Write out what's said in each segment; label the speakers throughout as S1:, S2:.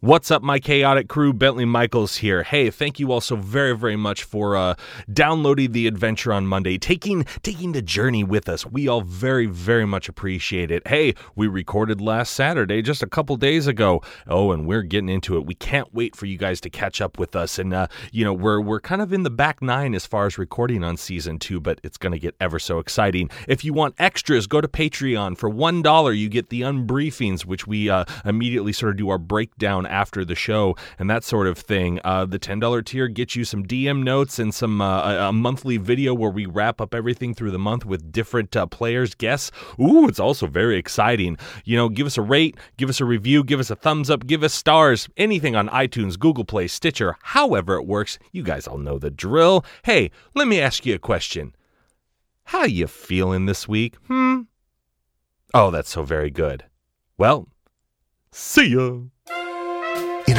S1: What's up, my chaotic crew? Bentley Michaels here. Hey, thank you all so very, very much for uh, downloading the adventure on Monday, taking taking the journey with us. We all very, very much appreciate it. Hey, we recorded last Saturday, just a couple days ago. Oh, and we're getting into it. We can't wait for you guys to catch up with us. And uh, you know, we're we're kind of in the back nine as far as recording on season two, but it's going to get ever so exciting. If you want extras, go to Patreon for one dollar. You get the unbriefings, which we uh, immediately sort of do our breakdown after the show and that sort of thing. Uh, the ten dollar tier gets you some DM notes and some uh, a- a monthly video where we wrap up everything through the month with different uh, players guests. Ooh, it's also very exciting. You know, give us a rate, give us a review, give us a thumbs up, give us stars, anything on iTunes, Google Play, Stitcher, however it works. You guys all know the drill. Hey, let me ask you a question. How you feeling this week? Hmm. Oh, that's so very good. Well, see ya.
S2: In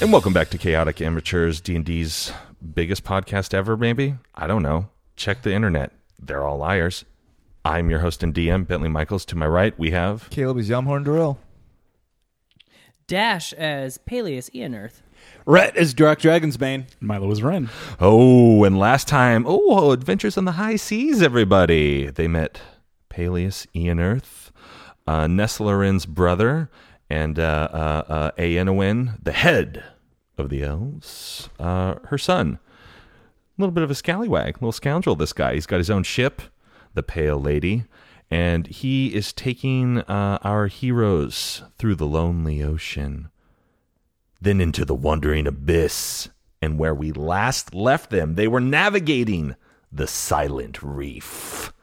S1: And welcome back to Chaotic Amateurs, D&D's biggest podcast ever maybe. I don't know. Check the internet. They're all liars. I'm your host and DM Bentley Michaels. To my right, we have
S3: Caleb is Yumhorn Durrell.
S4: Dash as Peleus Eanearth.
S5: Rhett is Dark Dragon's Bane.
S6: Milo was Ren.
S1: Oh, and last time, oh, Adventures on the High Seas everybody. They met Peleus Eanearth, uh Nesslarin's brother, and uh uh, uh Aenowin, the head of the elves, uh her son. A little bit of a scallywag, little scoundrel. This guy. He's got his own ship, the Pale Lady, and he is taking uh, our heroes through the lonely ocean, then into the wandering abyss, and where we last left them, they were navigating the Silent Reef.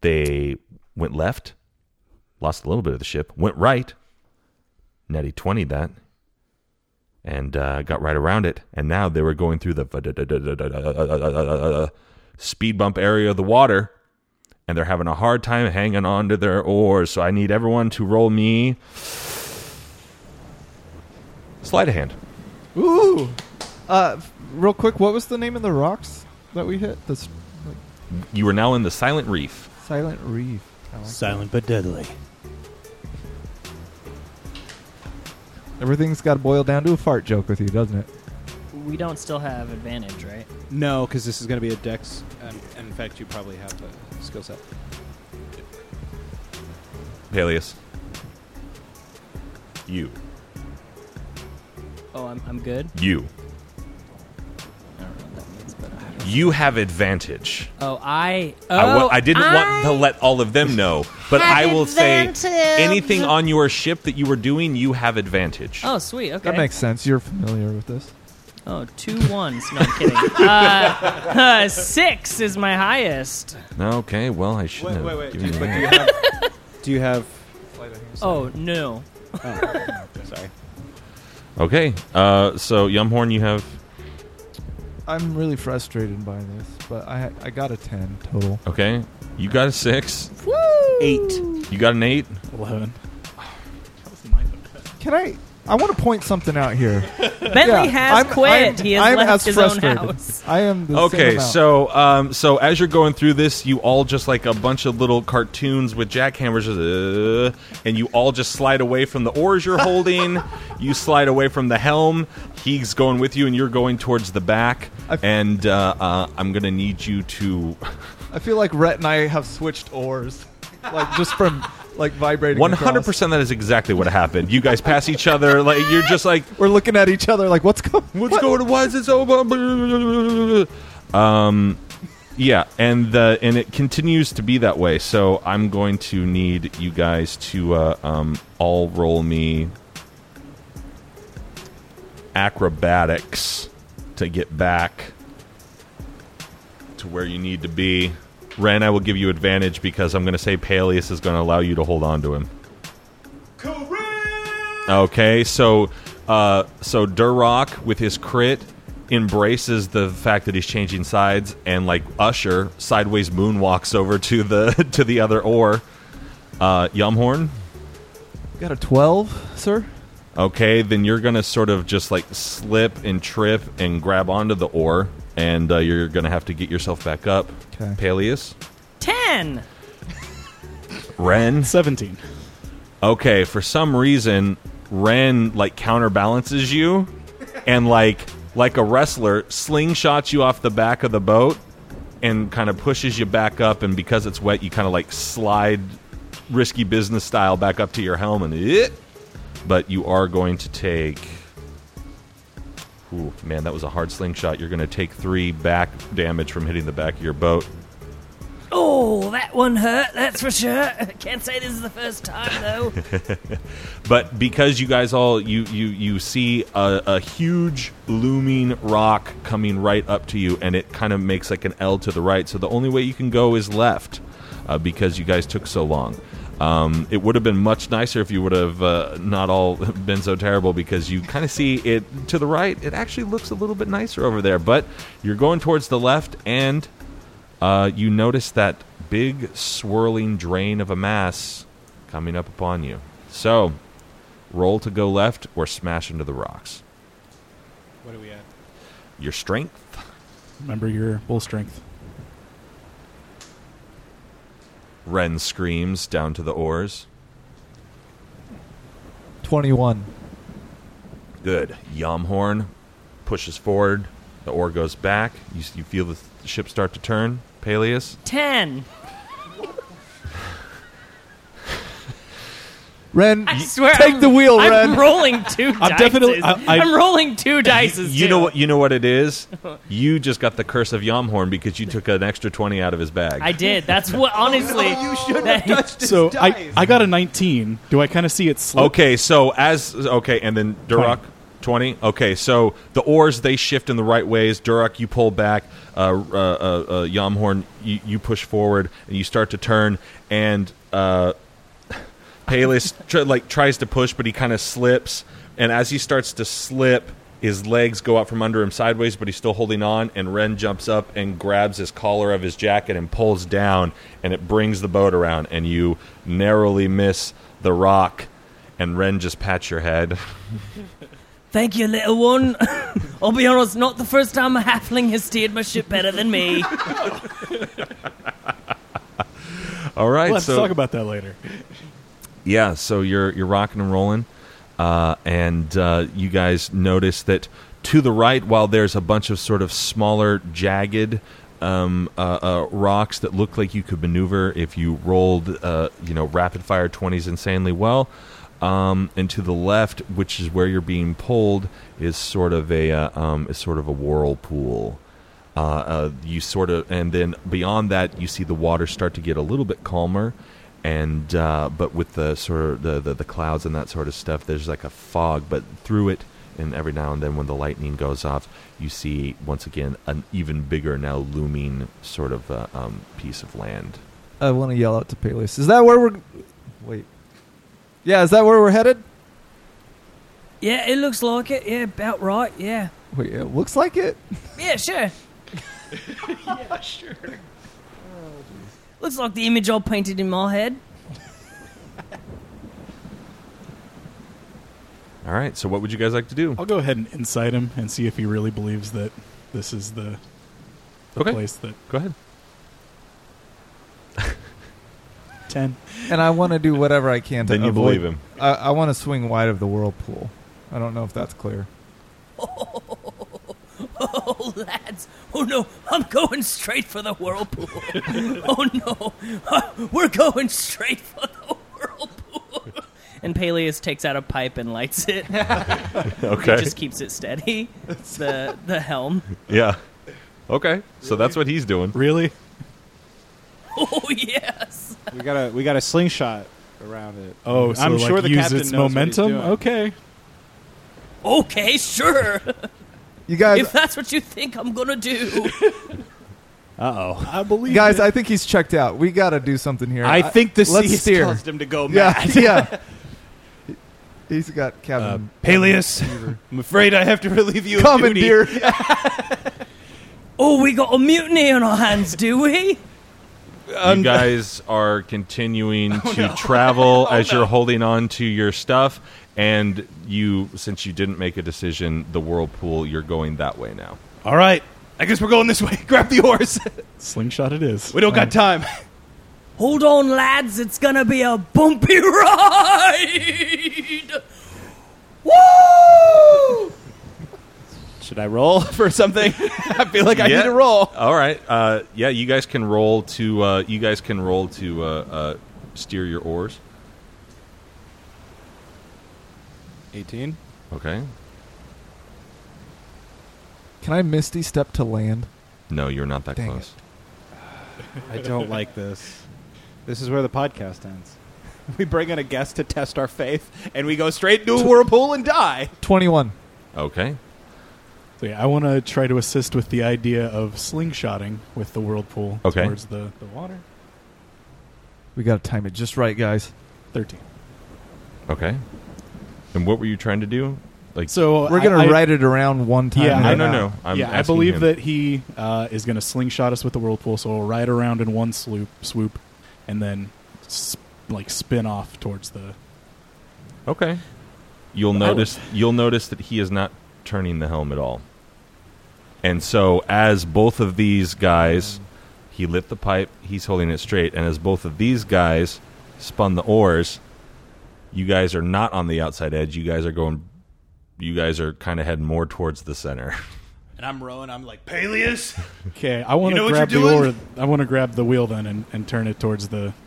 S1: They went left, lost a little bit of the ship, went right. Nettie 20 that and uh, got right around it. And now they were going through the speed bump area of the water, and they're having a hard time hanging on to their oars. So I need everyone to roll me slide a hand.
S3: Ooh. Uh, f- real quick, what was the name of the rocks that we hit? The s- like,
S1: You are now in the Silent Reef.
S3: Silent Reef. I like
S5: Silent but deadly.
S3: that. Everything's got to boil down to a fart joke with you, doesn't it?
S4: We don't still have advantage, right?
S5: No, because this is going to be a dex. And, and in fact, you probably have the skill set.
S1: Peleus. You.
S4: Oh, I'm, I'm good.
S1: You.
S4: I don't know what that means, but I
S1: You have advantage.
S4: oh, I oh
S1: I wa- I didn't want to let all of them know, but I will say anything on your ship that you were doing, you have advantage.
S4: Oh, sweet. Okay.
S3: That makes sense. You're familiar with this.
S4: Oh, two ones. No, I'm kidding. uh, uh, six is my highest.
S1: Okay, well, I shouldn't have given you
S5: But do
S1: that.
S5: you have. do you have.
S4: Oh no.
S5: Sorry.
S1: Okay, uh, so Yumhorn, you have.
S3: I'm really frustrated by this, but I I got a 10 total.
S1: Okay, you got a six.
S5: Eight.
S1: You got an eight.
S6: 11.
S3: Can I I want to point something out here.
S4: Bentley has
S3: I'm-
S4: quit.
S3: I'm-
S4: he has
S3: I'm
S4: left
S3: as
S4: his
S3: frustrated.
S4: own house.
S3: I am the same
S1: Okay,
S3: amount.
S1: so um, so as you're going through this, you all just like a bunch of little cartoons with jackhammers, uh, and you all just slide away from the oars you're holding. you slide away from the helm. He's going with you, and you're going towards the back.
S3: I've-
S1: and uh, uh, I'm gonna need you to
S3: I feel like Rhett and I have switched oars. like just from like vibrating across.
S1: 100. percent That is exactly what happened. You guys pass each other. Like you're just like
S3: We're looking at each other like what's going
S1: What's going on? Why is this over? Um, yeah, and the and it continues to be that way. So I'm going to need you guys to uh, um, all roll me acrobatics to get back to where you need to be. Ren, I will give you advantage because I'm going to say Peleus is going to allow you to hold on to him. Okay, so uh, so Durrock with his crit embraces the fact that he's changing sides, and like Usher sideways moonwalks over to the to the other ore. Uh, Yumhorn.
S3: Got a 12, sir?
S1: Okay, then you're gonna sort of just like slip and trip and grab onto the ore, and uh, you're gonna have to get yourself back up.
S3: 'Kay.
S1: Peleus,
S4: Ten.
S1: Ren.
S5: 17.
S1: okay, for some reason, Ren like counterbalances you and like like a wrestler slingshots you off the back of the boat and kind of pushes you back up and because it's wet you kind of like slide risky business style back up to your helm and it but you are going to take Ooh, man, that was a hard slingshot. You're going to take 3 back damage from hitting the back of your boat.
S4: Oh, that one hurt. That's for sure. Can't say this is the first time though.
S1: but because you guys all you you you see a, a huge looming rock coming right up to you and it kind of makes like an l to the right so the only way you can go is left uh, because you guys took so long um, it would have been much nicer if you would have uh, not all been so terrible because you kind of see it to the right it actually looks a little bit nicer over there but you're going towards the left and uh, you notice that big swirling drain of a mass coming up upon you. So, roll to go left or smash into the rocks.
S5: What are we at?
S1: Your strength?
S6: Remember your bull strength.
S1: Ren screams down to the oars.
S3: 21.
S1: Good. Yomhorn pushes forward. The oar goes back. You, s- you feel the th- ship start to turn. Peleus?
S4: Ten.
S3: Ren,
S4: I swear.
S3: take
S4: I'm,
S3: the wheel,
S4: I'm
S3: Ren.
S4: rolling two dices.
S5: I'm definitely- I- I-
S4: am rolling two dices.
S1: You
S4: too.
S1: know what? You know what it is. You just got the curse of Yomhorn because you took an extra twenty out of his bag.
S4: I did. That's what. Honestly,
S3: you should have touched his
S6: So I,
S3: dice.
S6: I got a 19. Do I kind of see it slip?
S1: Okay, so as okay, and then Duroc twenty. Okay, so the oars they shift in the right ways. Duroc, you pull back. Uh, uh, uh, uh, Yomhorn, you, you push forward and you start to turn. And uh, Palis tr- like tries to push, but he kind of slips. And as he starts to slip, his legs go out from under him sideways, but he's still holding on. And Ren jumps up and grabs his collar of his jacket and pulls down, and it brings the boat around. And you narrowly miss the rock. And Ren just pats your head.
S4: Thank you, little one. I'll be honest, not the first time a halfling has steered my ship better than me.
S1: All right,
S6: Let's
S1: so
S6: talk about that later.
S1: yeah, so you're you're rocking and rolling, uh, and uh, you guys notice that to the right, while there's a bunch of sort of smaller jagged um, uh, uh, rocks that look like you could maneuver if you rolled, uh, you know, rapid fire twenties insanely well. Um, and to the left, which is where you're being pulled, is sort of a uh, um, is sort of a whirlpool. uh, uh, you sort of, and then beyond that, you see the water start to get a little bit calmer, and uh, but with the sort of the, the the clouds and that sort of stuff, there's like a fog. But through it, and every now and then, when the lightning goes off, you see once again an even bigger, now looming sort of uh, um, piece of land.
S3: I want to yell out to Peleus. Is that where we're. Wait. Yeah, is that where we're headed?
S4: Yeah, it looks like it. Yeah, about right. Yeah.
S3: Wait, it looks like it.
S4: Yeah, sure. yeah, sure. Looks like the image I painted in my head.
S1: All right, so what would you guys like to do?
S6: I'll go ahead and incite him and see if he really believes that this is the, the
S1: Okay.
S6: place that
S1: Go ahead.
S6: 10.
S3: And I want to do whatever I can to
S1: Then you
S3: avoid-
S1: believe him.
S3: I, I want to swing wide of the whirlpool. I don't know if that's clear.
S4: Oh, lads. Oh, no. I'm going straight for the whirlpool. oh, no. we're going straight for the whirlpool. and Peleus takes out a pipe and lights it.
S1: Okay.
S4: Just keeps it steady. It's the, the helm.
S1: yeah. Okay. So that's what he's doing.
S6: Really?
S4: Oh, yes.
S5: We got a we got a slingshot around it.
S6: Oh, so
S5: I'm
S6: like
S5: sure the
S6: use
S5: captain
S6: its
S5: knows what he's
S6: momentum?
S5: doing.
S6: Okay.
S4: Okay, sure.
S3: You guys,
S4: if that's what you think I'm going to do.
S5: Uh oh.
S6: I believe
S3: guys,
S6: it.
S3: I think he's checked out. We got to do something here.
S5: I think the
S3: let's
S5: sea
S3: steer.
S5: caused him to go
S3: yeah,
S5: mad.
S3: yeah. He's got
S5: Uh,
S3: Kevin.
S5: Peleus, I'm afraid I have to relieve you of duty.
S3: Commandeer.
S4: Oh, we got a mutiny on our hands, do we?
S1: you guys are continuing to travel as you're holding on to your stuff, and you, since you didn't make a decision, the whirlpool, you're going that way now.
S5: All right, I guess we're going this way. Grab the oars.
S6: Slingshot it is.
S5: we don't got time.
S4: Hold on, lads. It's gonna be a bumpy ride. Woo!
S5: Should I roll for something? I feel like I
S1: Yeah.
S5: need to roll.
S1: All right, uh, yeah, you guys can roll to uh, you guys can roll to uh, uh, steer your oars.
S5: 18.
S1: Okay.
S3: Can I misty step to land?
S1: No, you're not that
S3: Dang
S1: close.
S5: I don't like this. This is where the podcast ends. We bring in a guest to test our faith, and we go straight into a whirlpool and die.
S3: Twenty-one.
S1: Okay.
S6: So yeah, I want to try to assist with the idea of slingshotting with the whirlpool
S1: Okay.
S6: towards the, the water.
S3: We got to time it just right, guys.
S6: 13.
S1: Okay. And what were you trying to do? Like
S6: So
S3: We're
S6: I-
S3: gonna
S6: I-
S3: ride it around one time.
S6: Yeah,
S1: no,
S6: I-
S1: no,
S3: and
S1: no.
S3: out.
S1: I'm
S6: yeah, I
S1: asking
S6: believe
S1: him.
S6: that he uh, is going to slingshot us with the whirlpool, so we'll ride around in one sloop, swoop, and then sp- like spin off towards the.
S1: Okay. You'll
S6: I would-
S1: notice you'll notice that he is not turning the helm at all. And so as both of these guys he lit the pipe, he's holding it straight, and as both of these guys spun the oars, you guys are not on the outside edge. You guys are going you guys are kind of heading more towards the center.
S5: And I'm rowing. I'm like, Peleus,
S6: Okay, I want to
S5: know what
S6: grab
S5: you're
S6: the
S5: doing?
S6: oar. I want to grab the wheel then and, and turn it towards the.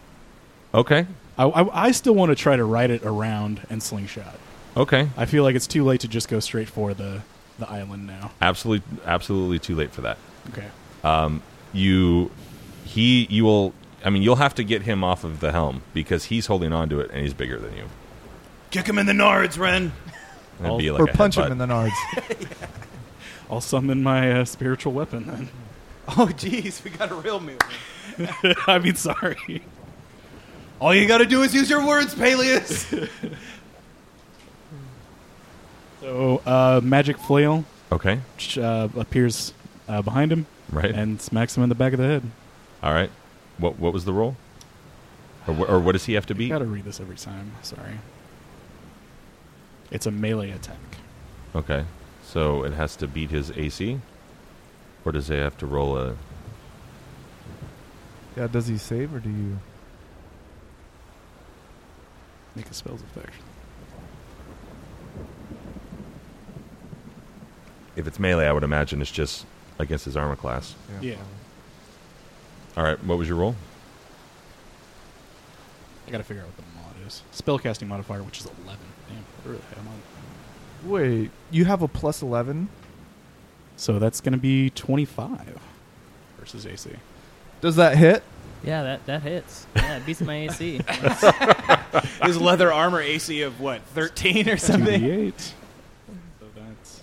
S1: Okay.
S6: I, I, I still want to try to ride it around and slingshot.
S1: Okay.
S6: I feel like it's too late to just go straight for the the island now.
S1: Absolutely absolutely too late for that.
S6: Okay,
S1: you he you will I mean you'll have to get him off of the helm because he's holding on to it and he's bigger than you.
S5: kick him in the nards, Ren.
S1: That'd be like
S3: or
S1: a
S3: punch
S1: headbutt.
S3: him in the nards.
S6: I'll summon my uh, spiritual weapon then.
S5: Oh, jeez, we got a real move.
S6: I mean, sorry.
S5: All you got to do is use your words, Peleus.
S6: So, uh, magic flail
S1: Okay.
S6: ch- uh, appears uh, behind him
S1: Right.
S6: and smacks him in the back of the head.
S1: All right. What what was the roll? Or, wh- or what does he have to beat?
S6: Gotta read this every time. Sorry. It's a melee attack.
S1: Okay. So it has to beat his AC, or does he have to roll a?
S3: yeah, does he save or do you?
S6: Make a spells effect.
S1: If it's melee, I would imagine it's just against his armor class.
S6: Yeah.
S1: All right. What was your roll?
S6: I gotta figure out what the mod is. Spellcasting modifier, which is 11. Damn, I really had him on.
S3: Wait, you have a plus eleven.
S6: So that's gonna be 25 versus AC.
S3: Does that hit?
S4: Yeah, that that hits. Yeah, it beats my AC.
S5: His leather armor AC of what, 13 or something?
S6: 2d8. so that's.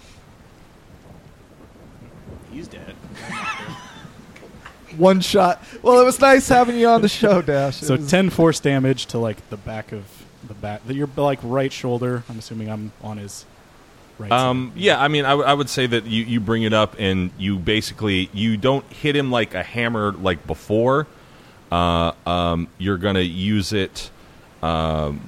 S5: He's dead.
S3: One shot. Well, it was nice having you on the show, Dash. It
S6: So
S3: was-
S6: ten force damage to like the back of the back, the- your like right shoulder. I'm assuming I'm on his right.
S1: Um,
S6: side.
S1: yeah, I mean, I, w- I would say that you, you bring it up and you basically you don't hit him like a hammer like before. Uh, um, you're gonna use it, um,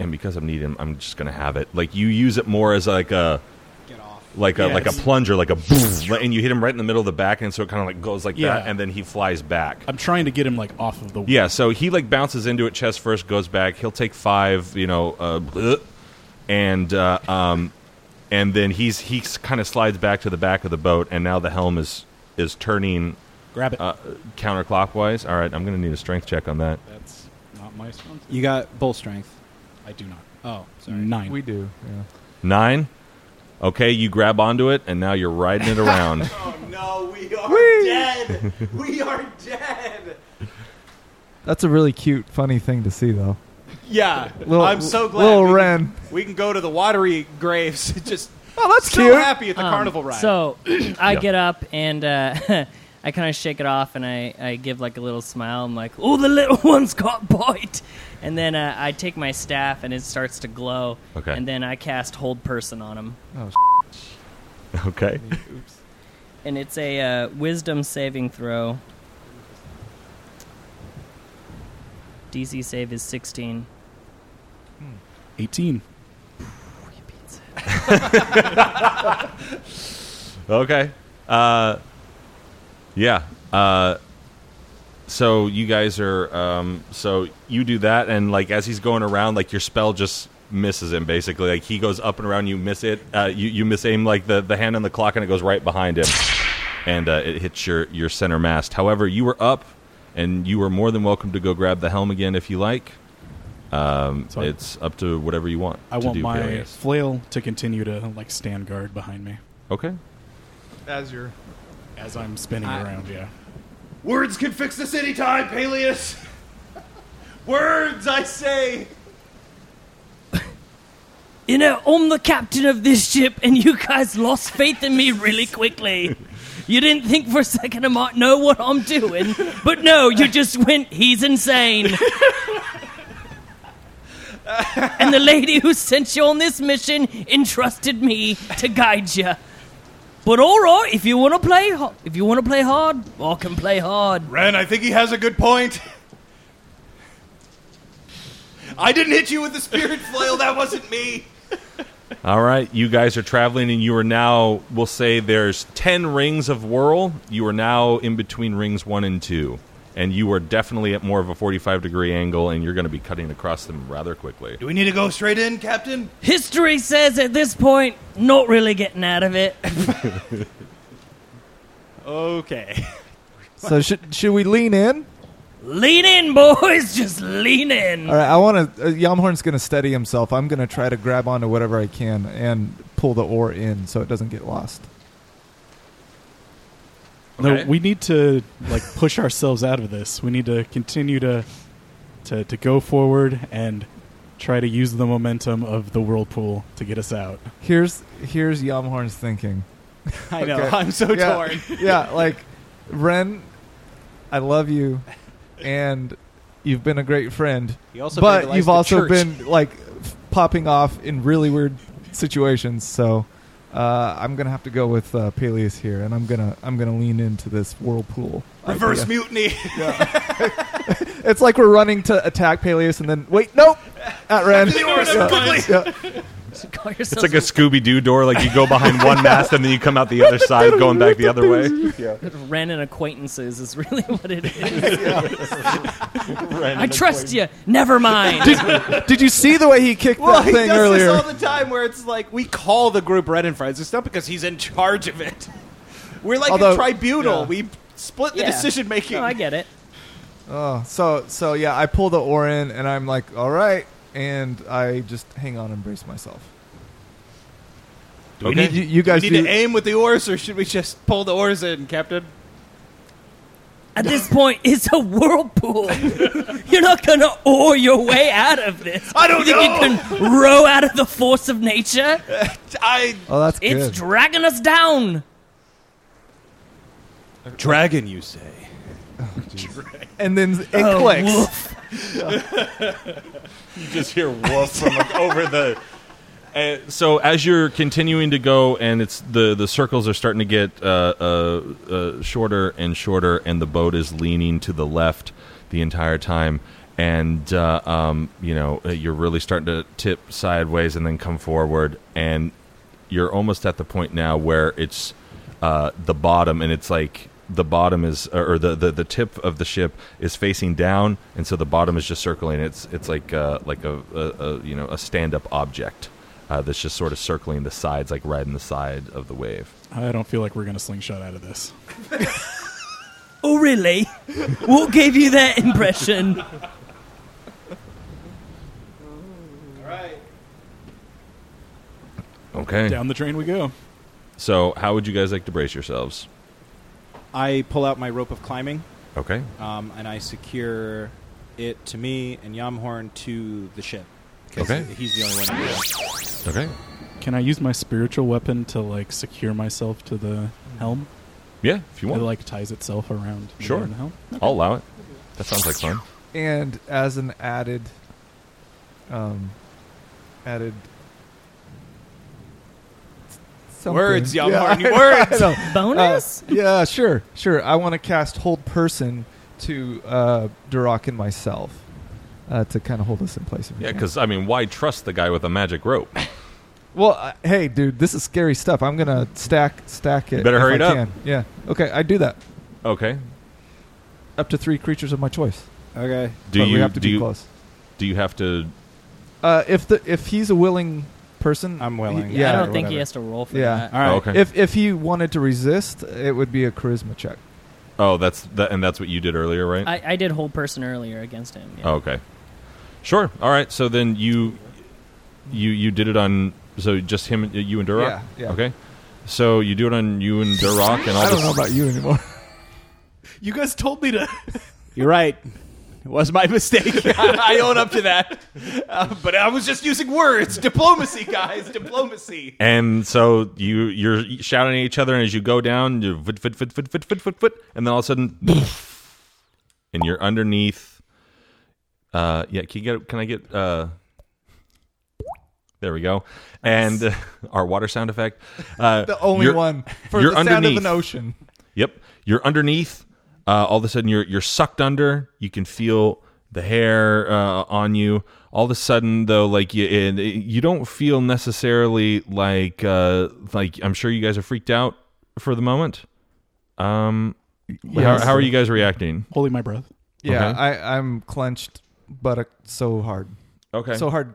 S1: and because I'm needing, I'm just gonna have it. Like you use it more as like a
S5: Get off.
S1: like a like a
S6: Yes.
S1: plunger, like a boom, and you hit him right in the middle of the back, and so it kind of like goes like
S6: Yeah.
S1: that, and then he flies back.
S6: I'm trying to get him like off of the.
S1: Yeah, so he like bounces into it chest first, goes back. He'll take five, you know, uh, bleh, and uh, um, and then he's he kind of slides back to the back of the boat, and now the helm is is turning
S6: grab it.
S1: uh, counterclockwise. All right, I'm gonna need a strength check on that.
S6: That's not my strong. suit.
S5: You got bull strength.
S6: I do not.
S5: Oh,
S6: Nine.
S3: we do. Yeah.
S1: Nine. Okay, you grab onto it, and now you're riding it around.
S5: Oh, no, we are dead. We are dead.
S3: That's a really cute, funny thing to see, though.
S5: Yeah,
S3: Little-
S5: I'm so glad.
S3: little
S5: we
S3: Ren.
S5: Can, we can go to the watery graves. Just
S3: Oh, that's
S5: so
S3: cute.
S5: happy at the
S4: Um,
S5: carnival ride.
S4: So I
S1: Yeah.
S4: get up and uh, I kind of shake it off and I, I give like a little smile. I'm like, oh, the little one's got bite. And then uh, I take my staff and it starts to glow.
S1: Okay.
S4: And then I cast Hold Person on him.
S3: Oh,
S1: Okay.
S3: Oops.
S4: And it's a uh, Wisdom saving throw. DC save is 16.
S6: 18.
S1: Okay. Uh, yeah. Uh, so you guys are. Um, so you do that, and like as he's going around, like your spell just misses him. Basically, like he goes up and around, you miss it. Uh, you you miss aim like the the hand on the clock, and it goes right behind him, and uh, it hits your your center mast. However, you were up, and you are more than welcome to go grab the helm again if you like. Um,
S6: So I-
S1: it's up to whatever you want.
S6: I
S1: to
S6: want
S1: do,
S6: my
S1: Peleus.
S6: flail to continue to like stand guard behind me
S1: Okay.
S3: As your
S6: as I'm spinning around. Yeah.
S5: Words can fix the city time, Peleus! Words, I say!
S4: You know, I'm the captain of this ship, and you guys lost faith in me really quickly. You didn't think for a second I might know what I'm doing, but no, you just went, he's insane. and the lady who sent you on this mission entrusted me to guide you. But all right, if you want to play, ho- if you want to play hard, I can play hard.
S5: Ren, I think he has a good point. I didn't hit you with the spirit flail, that wasn't me!
S1: All right, you guys are traveling, and you are now. We'll say there's ten rings of whirl. You are now in between rings one and two, and you are definitely at more of a forty-five degree angle, and you're going to be cutting across them rather quickly.
S5: Do we need to go straight in, Captain?
S4: History says at this point, not really getting out of it.
S5: Okay.
S3: so should should we lean in?
S4: Lean in, boys, just lean in.
S3: All right, I want to. Uh, Yamhorn's going to steady himself. I'm going to try to grab onto whatever I can and pull the oar in so it doesn't get lost.
S1: Okay.
S6: No, we need to like push ourselves out of this. We need to continue to to to go forward and try to use the momentum of the whirlpool to get us out.
S3: Here's here's Yamhorn's thinking.
S5: I know,
S3: Okay.
S5: I'm so
S3: yeah,
S5: torn.
S3: yeah, like Ren, I love you, and you've been a great friend.
S5: He also
S3: but
S5: vandalized
S3: you've
S5: the
S3: also
S5: church.
S3: been like f- popping off in really weird situations. So uh, I'm gonna have to go with uh, Peleus here, and I'm gonna I'm gonna lean into this whirlpool.
S5: Reverse
S3: idea.
S5: mutiny.
S3: It's like we're running to attack Peleus, and then wait, nope, at Ren.
S5: They were so quickly.
S3: yeah.
S4: Call
S1: It's
S4: yourselves
S1: like a Scooby Doo door. Like you go behind one mast, and then you come out the other side, going back the other way.
S4: Ren and acquaintances is really what it is. I trust you. Never mind.
S3: Did you see the way he kicked
S5: Well,
S3: that
S5: he
S3: thing
S5: does
S3: earlier?
S5: this all the time where it's like we call the group Red and Friends. It's not because he's in charge of it. We're like
S3: Although-
S5: a tribunal.
S3: yeah.
S5: We split the
S4: Yeah.
S5: decision making.
S4: no, I get it.
S3: Oh, so so yeah, I pull the oar in, and I'm like, all right, and I just hang on and brace myself.
S5: we
S1: Okay.
S3: You, you guys
S5: need
S3: do-
S5: to aim with the oars, or should we just pull the oars in, Captain?
S4: At this point, it's a whirlpool. You're not going to oar your way out of this.
S5: I don't
S4: you
S5: know.
S4: think you can row out of the force of nature?
S5: I
S3: Oh, that's
S4: It's
S3: good.
S4: dragging us down.
S5: dragon, you say?
S3: and then it
S4: Oh,
S3: clicks.
S4: woof.
S1: just hear woof from like over the. Uh, so as you're continuing to go, and it's the the circles are starting to get uh, uh, uh, shorter and shorter, and the boat is leaning to the left the entire time, and uh, um, you know uh, you're really starting to tip sideways and then come forward, and you're almost at the point now where it's uh, the bottom, and it's like the bottom is or the, the the tip of the ship is facing down, and so the bottom is just circling. It's it's like uh, like a, a, a you know a stand up object uh, that's just sort of circling the sides, like riding the side of the wave.
S6: I don't feel like we're gonna slingshot out of this.
S4: Oh, really? What gave you that impression?
S1: Okay.
S6: Down the drain we go.
S1: So how would you guys like to brace yourselves?
S5: I pull out my rope of climbing,
S1: Okay.
S5: um, and I secure it to me and Yamhorn to the ship. 'Cause
S1: Okay.
S5: He's the only one. who-
S1: Okay.
S6: Can I use my spiritual weapon to like secure myself to the helm?
S1: Yeah, if you
S6: It
S1: want.
S6: like ties itself around. the
S1: Sure.
S6: man in the helm.
S1: I'll allow it. That sounds like fun.
S3: and as an added um added something.
S5: Words, y'all,
S3: yeah,
S5: Martin,
S3: I know,
S5: words.
S3: I know.
S4: Bonus?
S3: Uh, yeah sure sure i want to cast hold person to uh Durak and myself uh, to kind of hold us in place if we
S1: Yeah,
S3: can.
S1: because I mean, why trust the guy with a magic rope?
S3: well uh, hey dude this is scary stuff i'm gonna stack stack it
S1: Better
S3: if
S1: hurry
S3: I
S1: it up.
S3: can. yeah okay i do that
S1: Okay.
S3: up to three creatures of my choice
S5: Okay.
S1: Do
S3: but
S1: you
S3: we have to
S1: do
S3: be
S1: you,
S3: close
S1: do you have to?
S3: uh if the if he's a willing person
S5: I'm
S3: he-
S5: willing.
S3: yeah
S4: I
S5: or
S4: don't think he
S5: whatever.
S4: has to roll for
S3: Yeah.
S4: that.
S5: All right.
S1: Oh, okay.
S3: If if he wanted to resist, it would be a charisma check.
S1: Oh, that's that, and that's what you did earlier, right?
S4: I, I did hold person earlier against him. yeah.
S1: Oh, okay. Sure. All right. So then you, you you did it on so just him, you and Durock.
S3: Yeah, yeah.
S1: Okay. So you do it on you and Durock, and all
S3: I don't
S1: this-
S3: know about you anymore.
S6: You guys told me to.
S5: You're right. It was my mistake. I own up to that. Uh, but I was just using words. Diplomacy, guys. Diplomacy.
S1: And so you you're shouting at each other, and as you go down, you foot foot foot foot foot foot foot foot, and then all of a sudden, and you're underneath. Uh, yeah. Can you get? Can I get? Uh, there we go. And uh, our water sound effect. Uh,
S3: The only
S1: you're-
S3: one for
S1: you're
S3: the sound of
S1: underneath.
S3: an ocean.
S1: Yep. You're underneath. Uh, all of a sudden, you're you're sucked under. You can feel the hair uh, on you. All of a sudden, though, like you, and you don't feel necessarily like uh, like I'm sure you guys are freaked out for the moment. Um, how, how are you guys reacting?
S6: Holding my breath.
S3: Yeah,
S1: Okay.
S3: I I'm clenched, buttock so hard,
S1: Okay,
S3: so hard,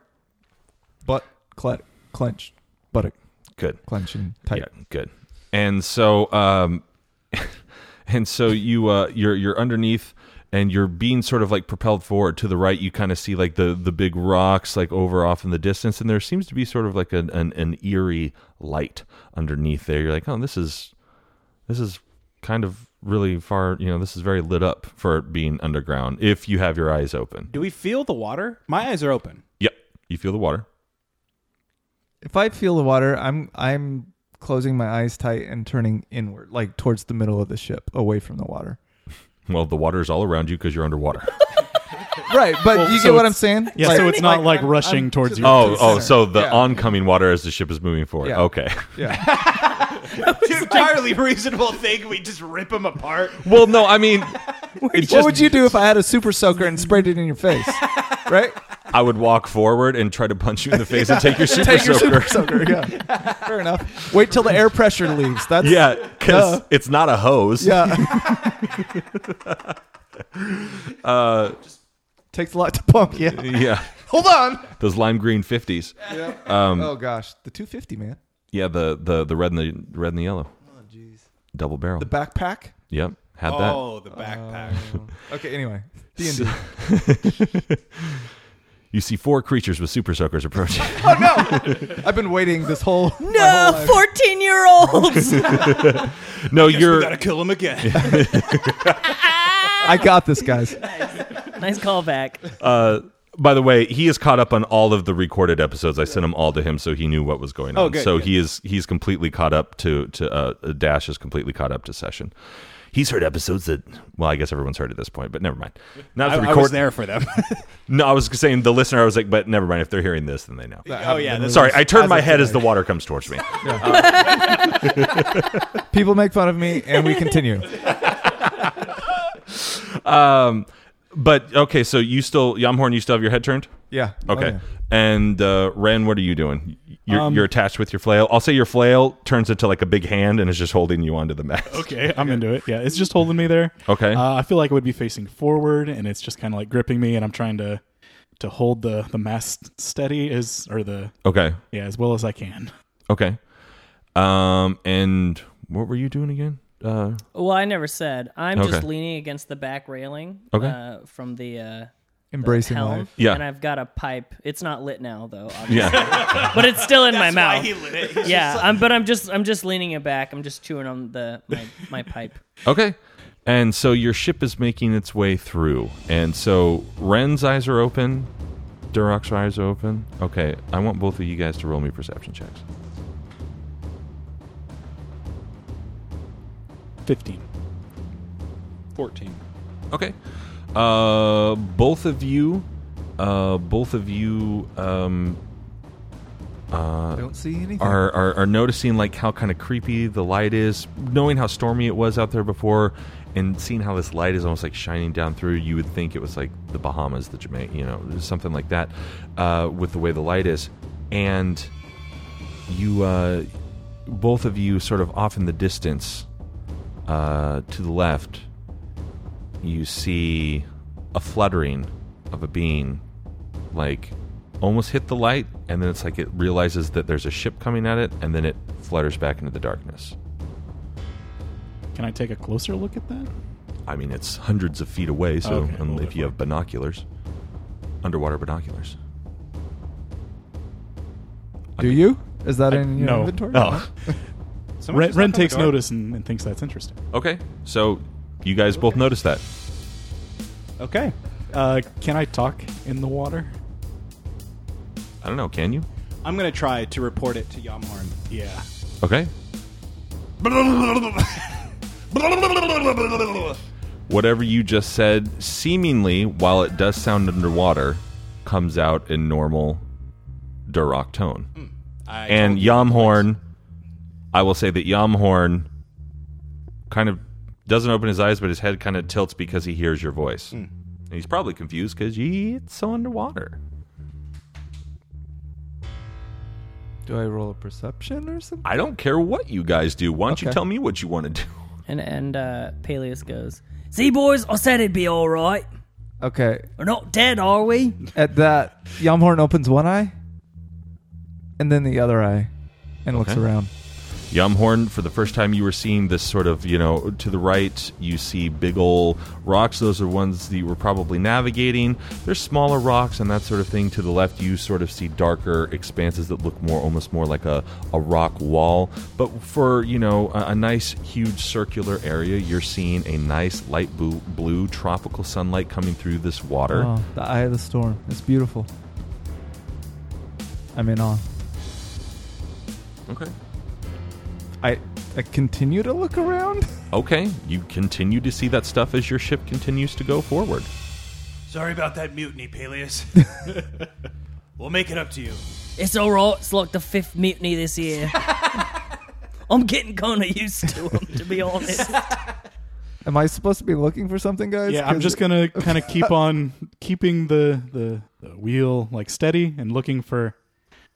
S3: butt cle- clenched, buttock
S1: good.
S3: clenching tight.
S1: Yeah, good. And so, um, and so you uh, you're you're underneath, and you're being sort of like propelled forward to the right. You kind of see like the the big rocks like over off in the distance, and there seems to be sort of like an an, an eerie light underneath there. You're like, oh, this is this is kind of really far. You know, this is very lit up for it being underground. If you have your eyes open,
S5: Do we feel the water? My eyes are open.
S1: yep, you feel the water.
S3: If I feel the water, I'm I'm closing my eyes tight and turning inward, like towards the middle of the ship, away from the water.
S1: Well, the water is all around you because you're underwater.
S3: Right, but
S6: Well,
S3: you
S6: so
S3: get what
S6: it's-
S3: I'm saying?
S6: Yeah,
S3: Like-
S6: so it's not like rushing
S3: I'm
S6: towards
S3: just-
S6: you.
S1: Oh,
S3: the
S1: oh,
S3: center.
S1: so the
S3: Yeah.
S1: oncoming water as the ship is moving forward.
S3: Yeah.
S1: Okay.
S3: yeah.
S5: entirely reasonable thing. We just rip them apart.
S1: Well, no, I mean, it's
S3: what
S1: just-
S3: would you do if I had a super soaker and sprayed it in your face? Right?
S1: I would walk forward and try to punch you in the face and take your super
S3: Take your
S1: soaker.
S3: super soaker. Yeah. Fair enough. Wait till the air pressure leaves. That's
S1: yeah, because
S3: Duh.
S1: it's not a hose.
S3: Yeah. Uh, Takes a lot to pump. Yeah.
S1: Yeah.
S3: Hold on.
S1: Those lime green fifties. Um,
S3: oh gosh, the 250 man.
S1: Yeah, the, the the red and the red and the yellow. Oh jeez. Double barrel.
S3: The backpack.
S1: yep. Had that.
S5: Oh, the backpack.
S3: Okay. Anyway, D and D.
S1: You see four creatures with super soakers approaching.
S3: I've been waiting this whole.
S4: No, 14 year olds!
S1: no, you're
S5: kill him again.
S3: I got this, guys.
S4: nice callback.
S1: uh by the way, he is caught up on all of the recorded episodes. I sent them all to him, so he knew what was going on.
S5: Oh, good,
S1: so
S5: good.
S1: he is he's completely caught up to to uh, Dash is completely caught up to session. He's heard episodes that well, I guess everyone's heard at this point, but never mind. Not
S5: I,
S1: to
S5: I
S1: record
S5: was there for them.
S1: No, I was saying the listener. I was like, but never mind. If they're hearing this, then they know.
S5: oh yeah, that's
S1: Sorry, I turned
S3: as
S1: my
S3: of
S1: head as the
S3: today.
S1: water comes towards me.
S3: People make fun of me, and we continue.
S1: um, but okay, so you still Yamhorn, you still have your head turned.
S3: Yeah. Oh,
S1: Okay,
S3: yeah.
S1: and uh, Ren, what are you doing? You're,
S6: Um,
S1: you're attached with your flail. I'll say your flail turns into like a big hand and is just holding you onto the mast.
S6: Okay, I'm into it. Yeah, it's just holding me there.
S1: Okay.
S6: Uh, I feel like I would be facing forward, and it's just kind of like gripping me, and I'm trying to to hold the the mast steady as or the
S1: okay,
S6: yeah as well as I can.
S1: okay. Um, and what were you doing again? Uh,
S4: Well, I never said. I'm just
S1: Okay.
S4: leaning against the back railing
S1: Okay.
S4: uh, from the. Uh,
S3: Embracing
S4: helm,
S3: life.
S1: Yeah.
S4: and I've got a pipe. It's not lit now though, obviously.
S1: yeah.
S4: but it's still in my
S5: why
S4: mouth.
S5: he lit it. He's
S4: yeah,
S5: just
S4: I'm, but I'm just I'm just leaning it back. I'm just chewing on the my, my pipe.
S1: Okay. And so your ship is making its way through. And so Ren's eyes are open. Durok's eyes are open. Okay. I want both of you guys to roll me perception checks.
S6: 15.
S5: 14.
S1: Okay. Uh, both of you, uh, both of you um,
S3: I don't see anything.
S1: are, are are noticing like how kind of creepy the light is, knowing how stormy it was out there before, and seeing how this light is almost like shining down through. You would think it was like the Bahamas, the Jamaica, you know, something like that, uh, with the way the light is, and you, uh, both of you, sort of off in the distance, uh, to the left, you see a fluttering of a being like almost hit the light and then it's like it realizes that there's a ship coming at it and then it flutters back into the darkness
S6: Can I take a closer look at that?
S1: i mean it's hundreds of feet away so
S6: Okay,
S1: un-
S6: well,
S1: if you have binoculars underwater binoculars
S3: Do you? Is that in your
S6: no.
S3: inventory?
S1: oh
S5: Someone
S6: Ren, Ren
S5: just knocked on the
S6: takes
S5: door.
S6: notice and, and thinks that's interesting.
S1: okay so you guys both noticed that
S5: Okay.
S6: Uh, can I talk in the water?
S1: i don't know can you
S5: I'm going to try to report it to Yamharn.
S6: Yeah.
S1: okay whatever you just said seemingly while it does sound underwater comes out in normal duroc tone
S5: I
S1: and
S5: told-
S1: Yamhorn, I will say that Yamhorn kind of doesn't open his eyes, but his head kind of tilts because he hears your voice. And he's probably confused because it's underwater.
S3: Do I roll a perception or something?
S1: I don't care what you guys do. Why don't you
S3: Okay.
S1: tell me what you want to do?
S4: And and uh, Peleus goes, "See, boys, I said it'd be all right.
S3: Okay.
S4: We're not dead, are we?"
S3: At that, Yamhorn opens one eye and then the other eye and looks
S1: Okay.
S3: around.
S1: Yumhorn, for the first time, you were seeing this sort of, you know, to the right, you see big ol' rocks. Those are ones that you were probably navigating. There's smaller rocks and that sort of thing. To the left, you sort of see darker expanses that look more, almost more like a, a rock wall. But for, you know, a, a nice, huge circular area, you're seeing a nice light blue, blue tropical sunlight coming through this water.
S3: Oh, the eye of the storm. It's beautiful. I'm in awe.
S1: Okay.
S3: I, I continue to look around.
S1: Okay. You continue to see that stuff as your ship continues to go forward.
S7: Sorry about that mutiny, Peleus. we'll make it up to you.
S4: It's all right. It's like the fifth mutiny this year. I'm getting kind of used to them, to be honest.
S3: Am I supposed to be looking for something, guys?
S6: Yeah, I'm
S3: 'Cause
S6: just gonna kind of keep on keeping the, the the wheel like steady and looking for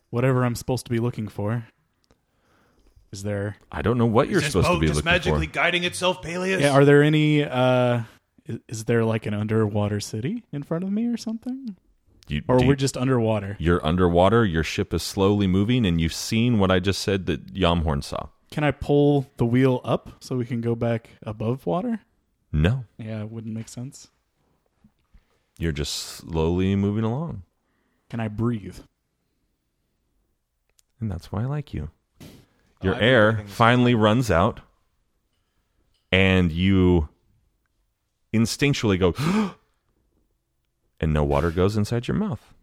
S6: whatever I'm supposed to be looking for. Is there?
S1: I don't know what you're
S7: Is this
S1: supposed to
S7: boat
S1: be
S7: just
S1: looking
S7: magically
S1: for.
S7: guiding itself, Peleus?
S6: Yeah, are there any? Uh, i- is there like an underwater city in front of me or something?
S1: You-
S6: Or
S1: do you-
S6: we're just underwater?
S1: You're underwater, your ship is slowly moving, and you've seen what I just said that Yamhorn saw.
S6: Can I pull the wheel up so we can go back above water?
S1: No.
S6: Yeah, it wouldn't make sense.
S1: You're just slowly moving along.
S6: Can I breathe?
S1: And that's why I like you. Your
S5: I've been
S1: air
S5: breathing this
S1: finally runs out, and you instinctually go, and no water goes inside your mouth.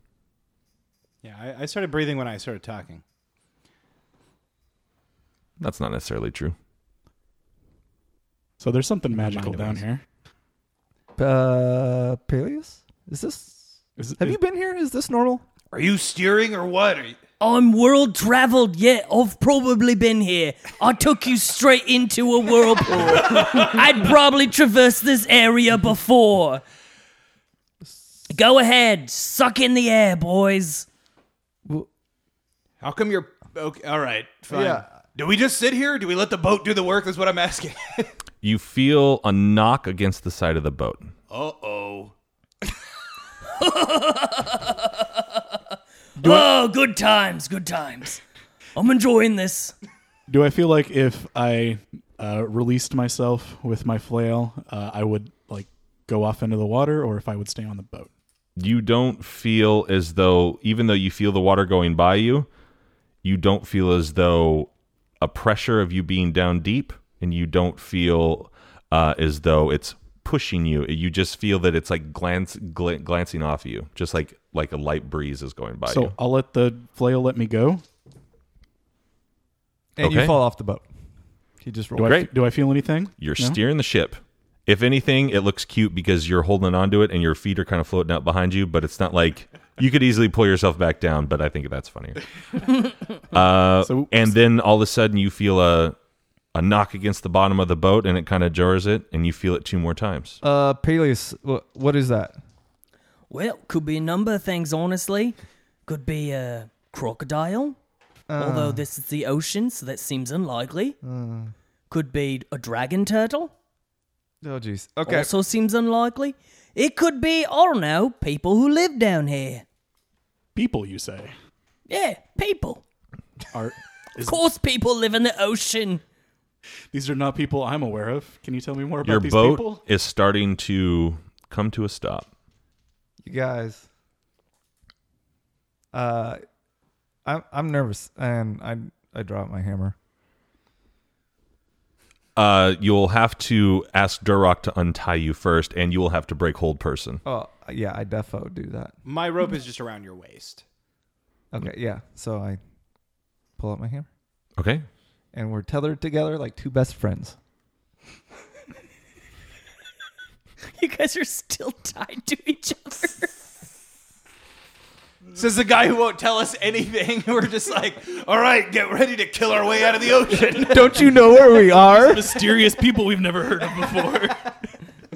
S5: Yeah, I, I started breathing when I started talking.
S1: That's not necessarily true.
S6: So there's something
S5: mind
S6: magical
S5: it
S6: down
S5: was.
S6: here.
S3: Uh, Peleus? Is this.
S6: Is,
S3: Have
S6: is-
S3: you been here? Is this normal?
S7: Are you steering or what? Are you-
S4: I'm world traveled yet. I've probably been here. I took you straight into a whirlpool. I'd probably traversed this area before. Go ahead, suck in the air, boys.
S5: How come you're. Okay, all right, fine.
S3: Yeah.
S7: Do we just sit here? Do we let the boat do the work? That's what I'm asking.
S1: You feel a knock against the side of the boat.
S7: uh oh.
S4: Whoa, Oh, good times, good times. I'm enjoying this.
S6: Do I feel like if I uh, released myself with my flail, uh, I would like go off into the water, or if I would stay on the boat?
S1: you don't feel as though even though you feel the water going by you you don't feel as though a pressure of you being down deep and you don't feel uh, as though it's pushing you you just feel that it's like glance gl- glancing off you just like like a light breeze is going by
S6: So
S1: you
S6: I'll let the flail let me go.
S3: And you
S1: Okay.
S3: fall off the boat. He just
S6: Do
S3: rolled.
S6: I,
S1: Great.
S6: do I feel anything?
S1: You're
S6: No?
S1: steering the ship. If anything, it looks cute because you're holding onto it and your feet are kind of floating out behind you, but it's not like you could easily pull yourself back down, but I think that's funnier. Uh,
S6: So-
S1: and then all of a sudden you feel a a knock against the bottom of the boat and it kind of jars it and you feel it two more times.
S3: Uh, Peleus, what, what is that?
S4: Well, could be a number of things, honestly. Could be a crocodile, although this is the ocean, so that seems unlikely. Could be a dragon turtle,
S3: Oh, jeez. Okay.
S4: also seems unlikely. It could be, I don't know, people who live down here.
S6: People, you say,
S4: Yeah, people.
S6: are
S4: Of course, people live in the ocean.
S6: these are not people I'm aware of. Can you tell me more about
S1: your
S6: these
S1: boat
S6: people?
S1: is starting to come to a stop.
S3: you guys. Uh, I'm I'm nervous, and I I drop my hammer.
S1: Uh, you'll have to ask Durok to untie you first, and you will have to break hold person.
S3: Oh yeah, I defo do that.
S5: My rope is just around your waist.
S3: Okay, yeah. So I pull out my hammer,
S6: Oh.
S1: Okay.
S3: and we're tethered together like two best friends.
S4: You guys are still tied to each other.
S5: Says the guy who won't tell us anything. We're just like, all right, get ready to kill our way out of the ocean.
S3: Don't you know where we are?
S6: Mysterious people we've never heard of before.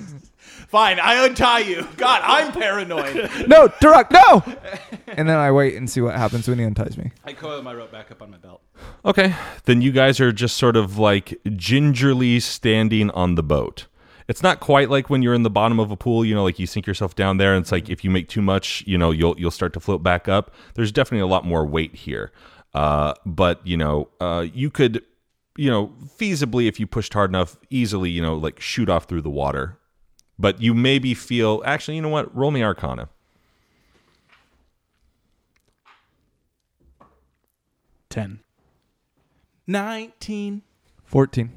S5: Fine, I untie you. God, I'm paranoid.
S3: no, Turok, no. And then I wait and see what happens when he unties me.
S5: I coil my rope back up on my belt.
S1: Okay. Then you guys are just sort of like gingerly standing on the boat. It's not quite like when you're in the bottom of a pool, you know, like you sink yourself down there and it's like if you make too much, you know, you'll you'll start to float back up. There's definitely a lot more weight here. Uh, but, you know, uh, you could, you know, feasibly if you pushed hard enough, easily, you know, like shoot off through the water. But you maybe feel actually, you know what? Roll me arcana.
S6: Ten.
S5: 19.
S3: Fourteen.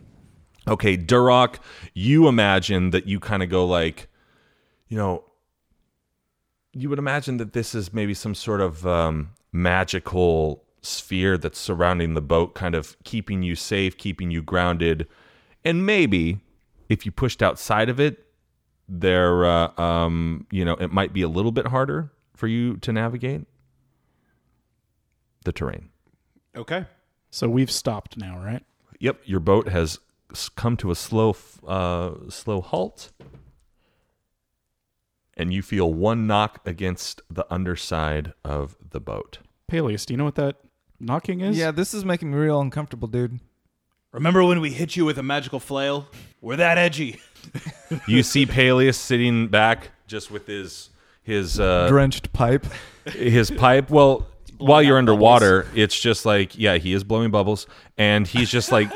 S1: okay, Duroc, you imagine that you kind of go like, you know, you would imagine that this is maybe some sort of um, magical sphere that's surrounding the boat, kind of keeping you safe, keeping you grounded, and maybe if you pushed outside of it, there, uh, um, you know, it might be a little bit harder for you to navigate the terrain.
S5: Okay.
S6: So we've stopped now, right?
S1: Yep, your boat has s- come to a slow, f- uh, slow halt, and you feel one knock against the underside of the boat.
S6: Peleus, do you know what that knocking is?
S3: Yeah, this is making me real uncomfortable, dude.
S5: Remember when we hit you with a magical flail? We're that edgy.
S1: You see Peleus sitting back, just with his his uh,
S3: Drenched pipe.
S1: his pipe. Well, while you're underwater, it's just like yeah, he is blowing bubbles, and he's just like.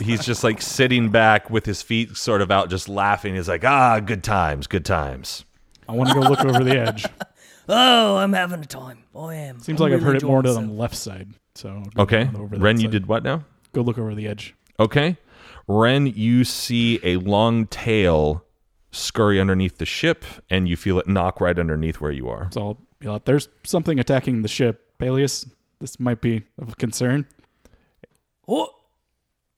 S1: He's just like sitting back with his feet sort of out, just laughing. He's like, ah, good times, good times.
S6: I want to go look over the edge.
S4: Oh, I'm having a time. I am.
S6: Seems
S4: I'm
S6: like I've
S4: really
S6: heard it more to
S4: enjoying
S6: the
S4: myself.
S6: left side. So I'll go
S1: Okay.
S6: over that
S1: Ren, you
S6: side.
S1: did what now?
S6: go look over the edge.
S1: Okay. Ren, you see a long tail scurry underneath the ship, and you feel it knock right underneath where you are.
S6: So I'll be like, there's something attacking the ship. Peleus, this might be of concern.
S4: Oh,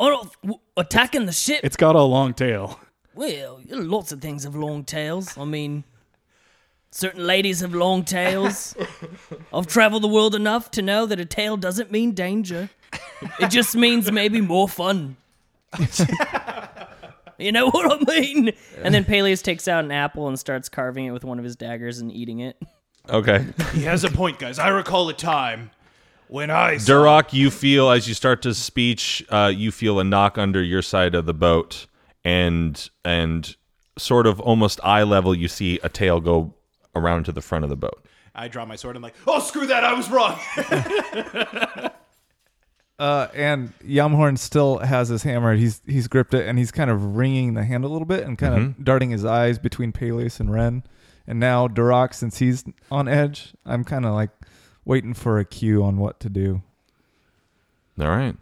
S4: I don't- w- attacking the ship.
S6: It's got a long tail.
S4: Well, lots of things have long tails. I mean, certain ladies have long tails. I've traveled the world enough to know that a tail doesn't mean danger. It just means maybe more fun. you know what I mean? And then Peleus takes out an apple and starts carving it with one of his daggers and eating it.
S1: Okay.
S7: He has a point, guys. I recall a time when I saw
S1: Durok, you feel as you start to speech, uh, you feel a knock under your side of the boat, and and sort of almost eye level, you see a tail go around to the front of the boat.
S5: I draw my sword. I'm like, oh, screw that. I was wrong.
S3: Uh, and Yamhorn still has his hammer. He's he's gripped it and he's kind of wringing the hand a little bit and kind of darting his eyes between Peleus and Ren. And now Duroc, since he's on edge, I'm kind of like waiting for a cue on what to do.
S1: All right.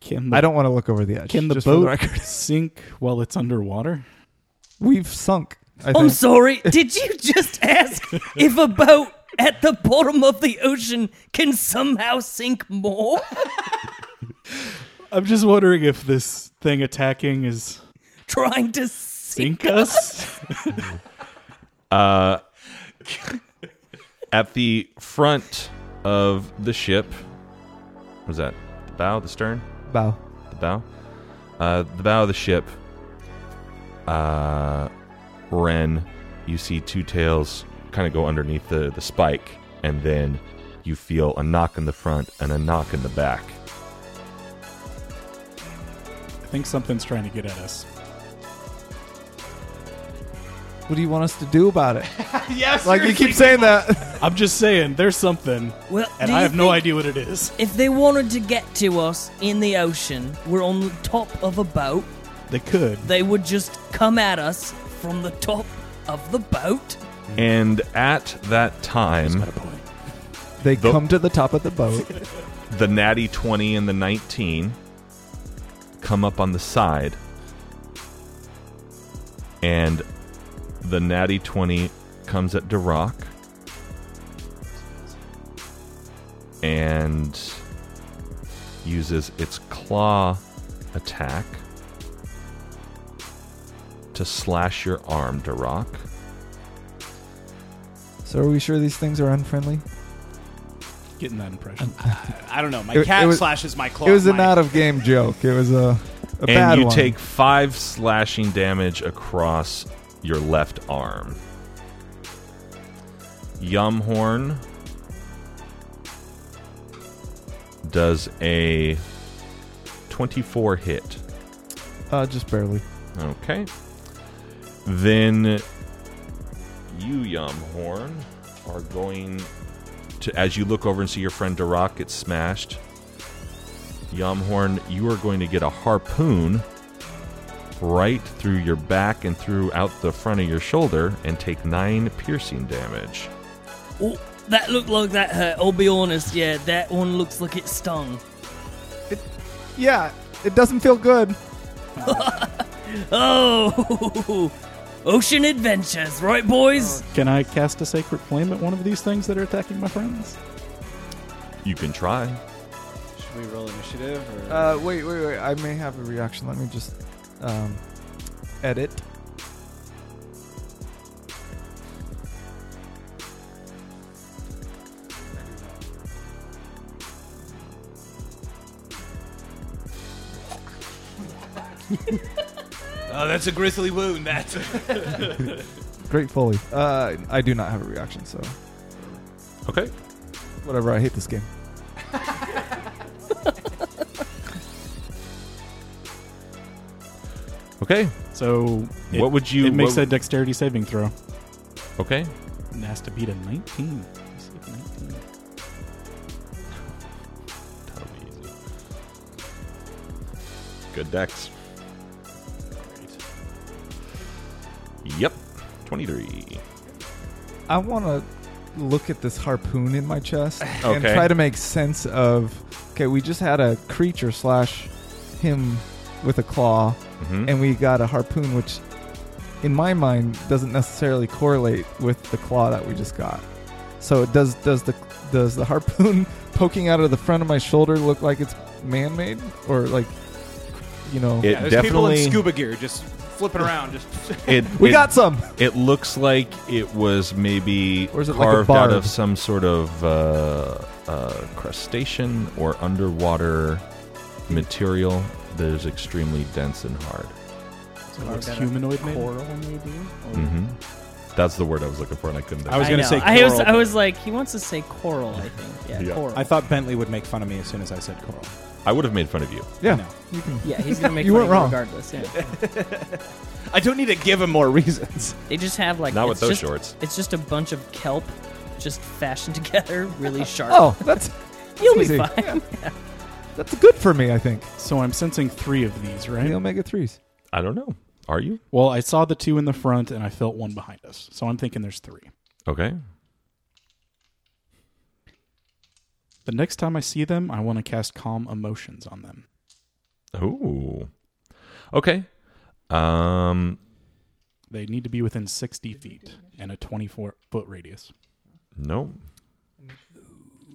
S6: Can
S3: I don't want to look over the edge.
S6: Can the
S3: just for
S6: boat
S3: record.
S6: sink while it's underwater?
S3: We've sunk. I
S4: I'm
S3: think.
S4: sorry, did you just ask if a boat at the bottom of the ocean can somehow sink more?
S6: I'm just wondering if this thing attacking is
S4: Trying to sink.
S6: sink us.
S1: At the front of the ship, what was that the bow, the stern,
S3: Bow.
S1: the bow, uh, the bow of the ship? Uh, Ren, you see two tails kind of go underneath the the spike, and then you feel a knock in the front and a knock in the back.
S6: I think something's trying to get at us.
S3: What do you want us to do about it?
S5: yes,
S3: Like you keep saying that.
S6: I'm just saying, there's something,
S4: Well,
S6: and
S4: do you
S6: I have no
S4: think
S6: idea what it is.
S4: If they wanted to get to us in the ocean, we're on the top of a boat.
S6: They could.
S4: They would just come at us from the top of the boat.
S1: And at that time,
S6: Got a point.
S3: They
S1: The-
S3: come to the top of the boat.
S1: the natty 20 and the 19 come up on the side and the natty 20 comes at Duroc and uses its claw attack to slash your arm, Duroc.
S3: So are we sure these things are unfriendly?
S6: Getting that impression.
S4: Um,
S5: I don't know. My
S3: It-
S5: cat
S3: it was-
S5: slashes my claw.
S3: it was
S5: with
S3: an
S5: mine.
S3: out of game joke. It was a, a bad
S1: And you
S3: one.
S1: take five slashing damage across your left arm. Yumhorn does a 24 hit.
S3: uh, just barely.
S1: Okay. Then you, Yumhorn, are going to, as you look over and see your friend Duroc get smashed, Yumhorn, you are going to get a harpoon right through your back and through out the front of your shoulder and take nine piercing damage.
S4: Oh, that looked like that hurt. I'll be honest, yeah, that one looks like it stung.
S3: Yeah, it doesn't feel good.
S4: Oh, ocean adventures, right, boys?
S6: Can I cast a sacred flame at one of these things that are attacking my friends?
S1: You can try.
S5: Should we roll initiative? Or?
S3: Uh, wait, wait, wait. I may have a reaction. Let me just um, edit.
S7: Oh, that's a grisly wound. That's
S3: Great Foley. Uh, I do not have a reaction, so
S1: Okay.
S3: whatever. I hate this game.
S1: Okay.
S6: So it-
S1: What would you-
S6: It makes
S1: what-
S6: a dexterity saving throw.
S1: Okay.
S6: And has to beat a 19. Let's see if 19.
S1: That'll be easy. Good decks. Yep. 23.
S3: I want to look at this harpoon in my chest and
S1: Okay.
S3: try to make sense of. Okay, we just had a creature slash him with a claw,
S1: Mm-hmm.
S3: and we got a harpoon, which in my mind doesn't necessarily correlate with the claw that we just got. So it does does the does the harpoon poking out of the front of my shoulder look like it's man made or like you know
S1: it
S5: yeah, there's people
S1: definitely.
S5: in scuba gear just flipping around. Just
S1: it,
S3: we
S1: it-
S3: got some.
S1: It looks like it was maybe
S3: Or is it like a
S1: carved out
S3: barb?
S1: of some sort of uh, uh, crustacean or underwater material that is extremely dense and hard.
S6: So it looks humanoid maybe?
S3: Oh.
S1: hmm That's the word I was looking for, and I couldn't.
S5: I was gonna
S4: know.
S5: say
S4: I was,
S5: coral,
S4: I
S5: but-
S4: was like, he wants to say coral, I think. Yeah,
S1: Yeah.
S4: coral.
S5: I thought Bentley would make fun of me as soon as I said coral.
S1: I would have made fun of you.
S3: Yeah,
S5: No.
S3: you can.
S4: yeah, he's gonna make
S3: You
S4: fun
S3: weren't
S4: of you
S3: wrong.
S4: regardless. Yeah.
S5: I don't need to give him more reasons.
S4: They just have like
S1: Not with
S4: it's
S1: those
S4: just-
S1: shorts.
S4: It's just a bunch of kelp, just fashioned together, really sharp.
S3: Oh, that's
S4: you'll be
S3: easy.
S4: fine.
S3: that's good for me. I think
S6: So I'm sensing three of these, right?
S3: the omega threes.
S1: I don't know. Are you
S6: Well, I saw the two in the front and I felt one behind us. So I'm thinking there's three.
S1: okay?
S6: The next time I see them, I want to cast calm emotions on them.
S1: Ooh. Okay. Um
S6: They need to be within 60 feet and a 24 foot radius.
S1: Nope.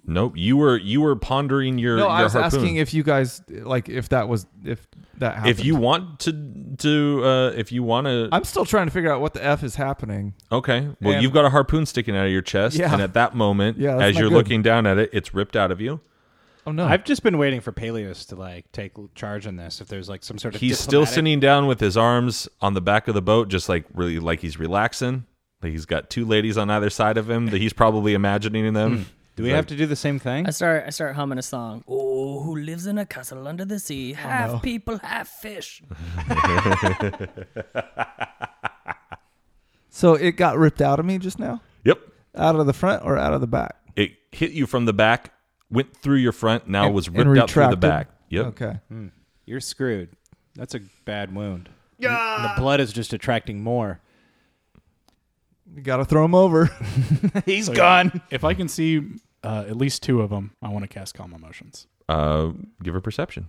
S1: Nope. You were you were pondering your.
S3: No,
S1: your
S3: I was
S1: harpoon.
S3: asking if you guys like if that was if that happened.
S1: if you want to to uh, if you want to
S3: I'm still trying to figure out what the f is happening.
S1: okay well
S3: And-
S1: you've got a harpoon sticking out of your chest
S3: Yeah.
S1: and at that moment
S3: Yeah, that's
S1: as
S3: not
S1: you're
S3: good.
S1: looking down at it it's ripped out of you
S3: Oh no!
S5: I've just been waiting for Peleus to like take charge on this. If there's like some sort of
S1: he's still
S5: diplomatic-
S1: sitting down with his arms on the back of the boat just like really like he's relaxing like he's got two ladies on either side of him that he's probably imagining
S3: Hmm.
S1: them
S5: Do we have to do the same thing?
S4: I start I start humming a song. Oh, who lives in a castle under the sea? Half people, half fish.
S3: so it got ripped out of me just now,
S1: yep
S3: out of the front or out of the back.
S1: it hit you from the back went through your front now
S3: And-
S1: was
S3: and
S1: ripped out through the
S3: retracted?
S1: back yep
S3: Okay.
S5: You're screwed. That's a bad wound. And The blood is just attracting more.
S3: You gotta throw him over.
S5: He's gone.
S6: If I can see uh, at least two of them, I want to cast calm emotions.
S1: uh give her perception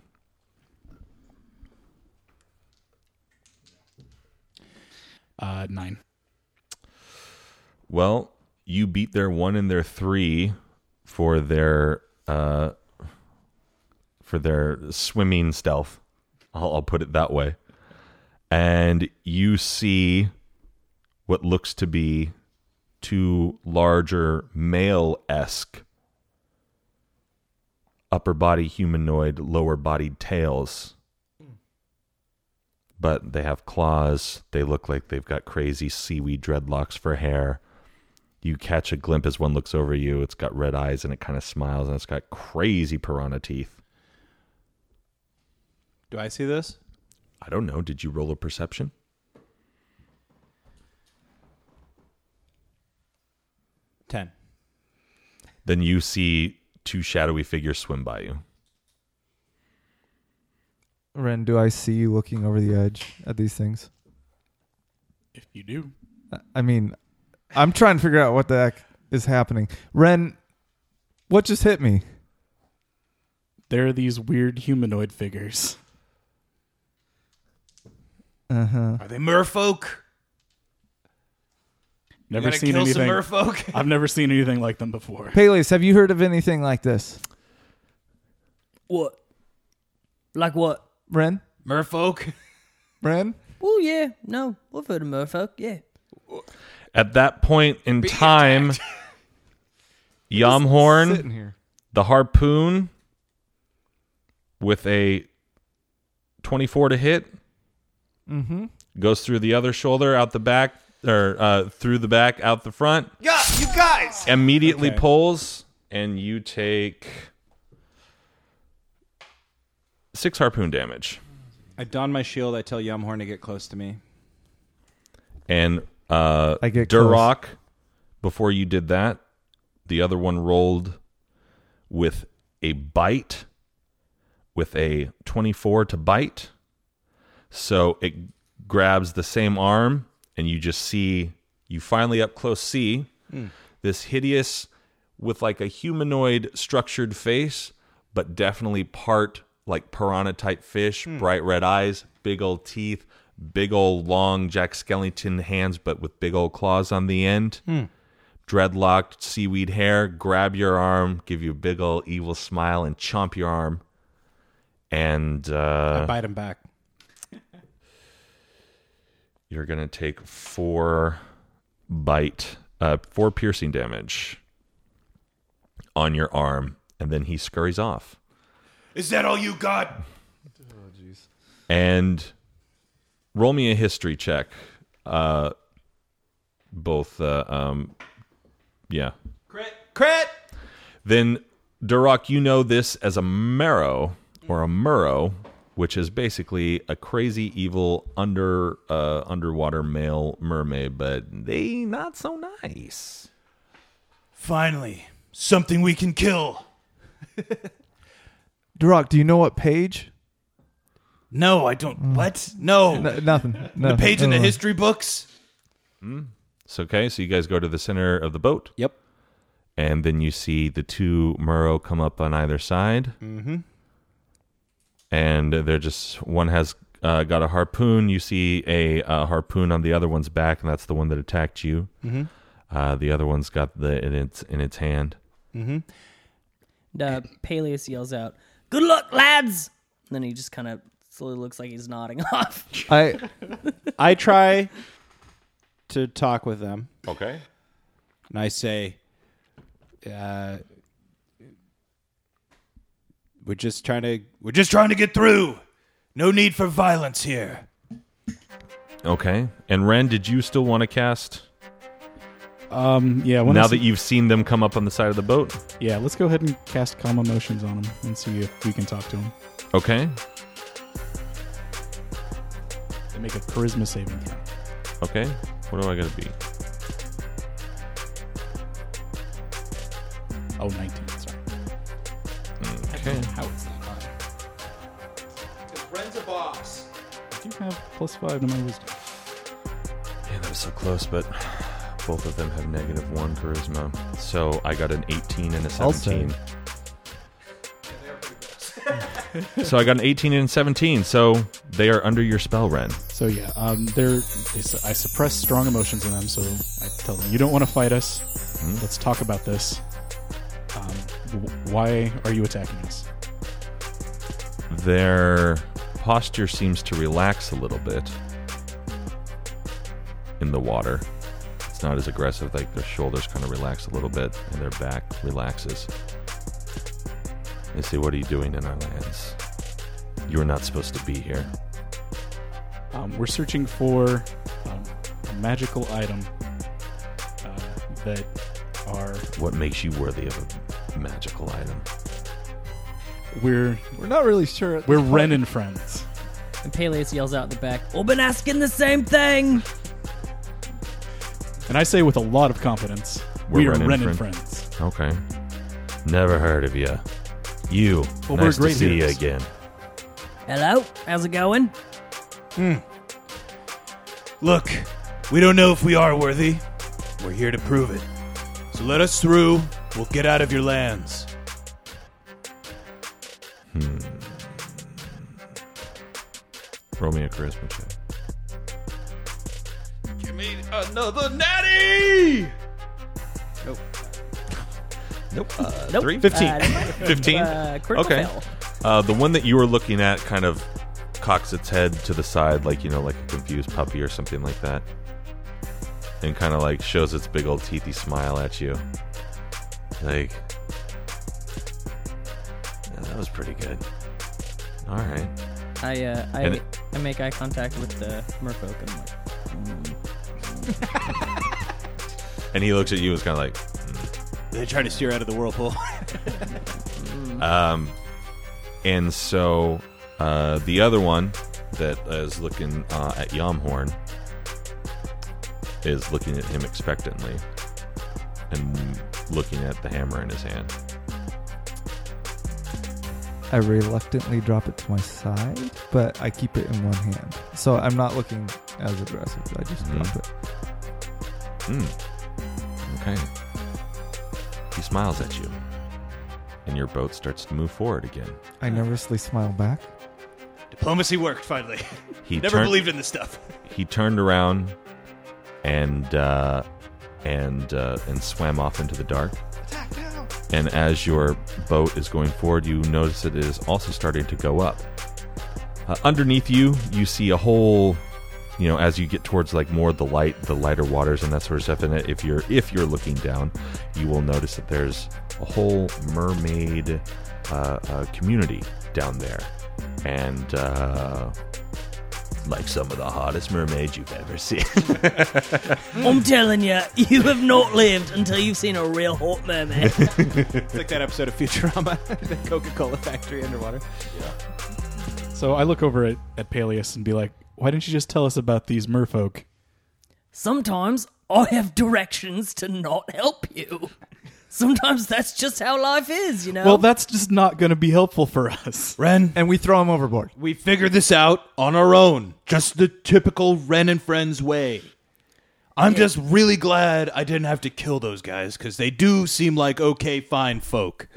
S6: Uh, nine.
S1: Well, you beat their one and their three for their uh, for their swimming stealth. I'll, I'll put it that way. And you see what looks to be two larger male esque upper body humanoid, lower bodied tails. But they have claws. They look like they've got crazy seaweed dreadlocks for hair you catch a glimpse as one looks over you. It's got red eyes and it kind of smiles and it's got crazy piranha teeth.
S5: Do I see this?
S1: I don't know. Did you roll a perception?
S5: Ten.
S1: Then you see two shadowy figures swim by you.
S3: Ren, do I see you looking over the edge at these things?
S6: If you do,
S3: I mean, I'm trying to figure out what the heck is happening. Ren, what just hit me?
S6: there are these weird humanoid figures.
S3: Uh huh.
S7: Are they merfolk?
S6: Never
S7: Gonna
S6: seen
S7: kill
S6: anything.
S7: some merfolk?
S6: I've never seen anything like them before.
S3: Peleus, have you heard of anything like this?
S4: What? Like what?
S3: Ren?
S7: merfolk?
S3: Ren?
S4: Oh yeah, no, we've heard of merfolk. Yeah.
S1: At that point in time, Yamhorn,
S3: Sitting here.
S1: the harpoon with a 24 to hit
S3: Mm-hmm.
S1: goes through the other shoulder out the back or uh, through the back out the front
S7: Yeah, you guys!
S1: immediately
S5: Okay.
S1: pulls and you take six harpoon damage
S5: I don my shield. I tell Yumhorn to get close to me.
S1: and uh
S3: I get
S1: Durok before you did that the other one rolled with a bite with a 24 to bite so it grabs the same arm and you just see you finally up close see this hideous with like a humanoid structured face but definitely part like piranha type fish bright red eyes big old teeth big old long jack skellington hands but with big old claws on the end dreadlocked seaweed hair grab your arm give you a big old evil smile and chomp your arm and uh,
S5: I bite him back.
S1: you're gonna take four bite uh four piercing damage on your arm and then he scurries off
S7: Is that all you got?
S1: and roll me a history check uh both uh um yeah
S7: Crit. Crit!
S1: then Duroc, you know this as a marrow or a murrow, which is basically a crazy evil under uh, underwater male mermaid, but they not so nice.
S7: Finally, something we can kill.
S3: Durok, do you know what page?
S7: No, I don't.
S6: Mm.
S7: What? No.
S3: N- nothing.
S7: the
S3: No,
S7: page
S6: Uh.
S7: in the
S3: never mind.
S7: history books?
S1: It's okay. So you guys go to the center of the boat,
S5: Yep.
S1: and then you see the two murrow come up on either side, mm-hmm. and they're just one has. Uh, got a harpoon. You see a uh, harpoon on the other one's back, and that's the one that attacked you. Uh, the other one's got the in its in its hand.
S4: And, uh, Peleus yells out, "Good luck, lads!" And then he just kind of slowly looks like he's nodding off.
S3: I
S5: I try to talk with them,
S1: Okay.
S5: and I say, uh, "We're just trying to. We're just trying to get through.
S7: No need for violence here.
S1: Okay. And Ren, did you still want to cast
S6: Um, yeah. When I
S1: now
S6: s-
S1: that you've seen them come up on the side of the boat?
S6: yeah, let's go ahead and cast calm emotions on him and see if we can talk to him.
S1: Okay.
S6: And make a charisma saving throw.
S1: Okay. What do I gotta be?
S6: Oh, 19. Sorry.
S1: Okay.
S6: How is that? Friends of boss. I do have plus five to my wisdom.
S1: Yeah, that was so close, but both of them have negative one charisma. So I got an 18 and a
S3: I'll say.
S1: 17. so I got an 18 and 17. So they are under your spell, Ren.
S6: So yeah, um, they're, they, su- I suppress strong emotions in them. So I tell them, you don't want to fight us. Let's talk about this. Um, wh- why are you attacking us?
S1: Their posture seems to relax a little bit in the water. It's not as aggressive, like their shoulders kind of relax a little bit and their back relaxes. They say, What are you doing in our lands? You are not supposed to be here.
S6: Um, we're searching for um, a magical item uh, that are
S1: What makes you worthy of a magical item?
S6: we're
S3: we're not really sure. at
S6: we're
S3: this point.
S6: Ren and friends.
S4: And Peleus yells out the back, "All been asking the same thing."
S6: And I say with a lot of confidence,
S1: We're
S6: we are
S1: Ren and
S6: Ren and
S1: Friend.
S6: friends.
S1: Okay. Never heard of you. You.
S6: Well, we're
S1: nice
S6: great
S1: to see
S6: heroes.
S1: you again.
S4: Hello, how's it going?
S7: Look, we don't know if we are worthy. We're here to prove it. So let us through. We'll get out of your lands.
S1: Roll me a charisma check.
S7: Give me another natty!
S1: Nope.
S4: Nope.
S1: Three?
S4: Uh,
S1: Fifteen.
S4: uh, critical
S1: okay.
S4: fail.
S1: Uh, the one that you were looking at kind of cocks its head to the side, like you know, like a confused puppy or something like that, and kind of like shows its big old teethy smile at you. Like, "Yeah, that was pretty good. All right.
S4: I uh, I,
S1: And it-
S4: I make eye contact with the merfolk and I'm like,
S1: And he looks at you and is kind of like,
S5: They try to steer out of the whirlpool.
S1: Um, And so uh, the other one that is looking uh, at Yomhorn is looking at him expectantly and looking at the hammer in his hand.
S3: I reluctantly drop it to my side, but I keep it in one hand, so I'm not looking as aggressive. I just
S1: Mhm.
S7: Mm-hmm.
S3: drop
S1: Hmm. Okay.
S3: it.
S1: He smiles at you. And your boat starts to move forward again.
S3: I nervously smile back.
S5: Diplomacy worked finally.
S1: He
S5: Never
S1: turn-
S5: believed in this stuff.
S1: He turned around and uh, and uh, and swam off into the dark.
S5: Attack now.
S1: And as your boat is going forward, you notice that it is also starting to go up. Uh, underneath you, you see a whole, you know, as you get towards like more of the light, the lighter waters and that sort of stuff. And if you're if you're looking down, you will notice that there's a whole mermaid uh, uh, community down there, and uh, like some of the hottest mermaids you've ever seen.
S4: I'm telling you, you have not lived until you've seen a real hot mermaid.
S5: It's like that episode of Futurama, the Coca-Cola factory underwater.
S6: So I look over at, at Peleus and be like, why didn't you just tell us about these merfolk?
S4: Sometimes I have directions to not help you. Sometimes that's just how life is, you know.
S6: Well, that's just not going to be helpful for us.
S5: Ren,
S3: And we throw him overboard.
S5: we figured this out on our own. Just the typical Ren and Friends way.
S7: I'm just really glad I didn't have to kill those guys because they do seem like okay, fine folk.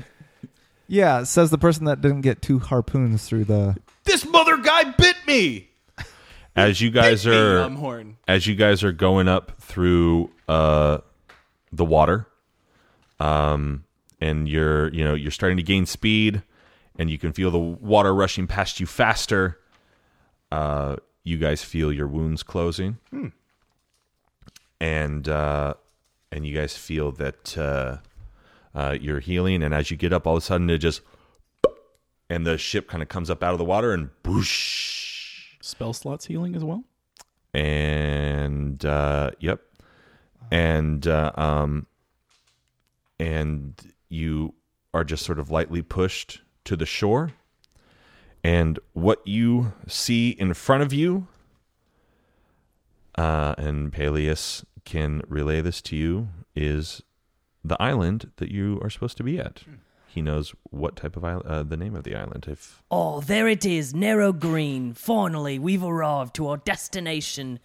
S3: Yeah, says the person that didn't get two harpoons through the.
S5: This mother guy bit me.
S1: as you guys
S5: Bit me,
S1: are
S5: Umhorn.
S1: as you guys are going up through uh the water, um, and you're you know you're starting to gain speed, and you can feel the water rushing past you faster. Uh, you guys feel your wounds closing, and uh, and you guys feel that uh, uh, you're healing. And as you get up, all of a sudden it just and the ship kind of comes up out of the water and boosh
S6: Spell slots healing as well.
S1: and uh, yep, and uh, um, and you are just sort of lightly pushed to the shore, and what you see in front of you, uh, and Peleus can relay this to you is the island that you are supposed to be at. He knows what type of island, uh, the name of the island. If
S4: Oh, there it is, narrow green. Finally, we've arrived to our destination.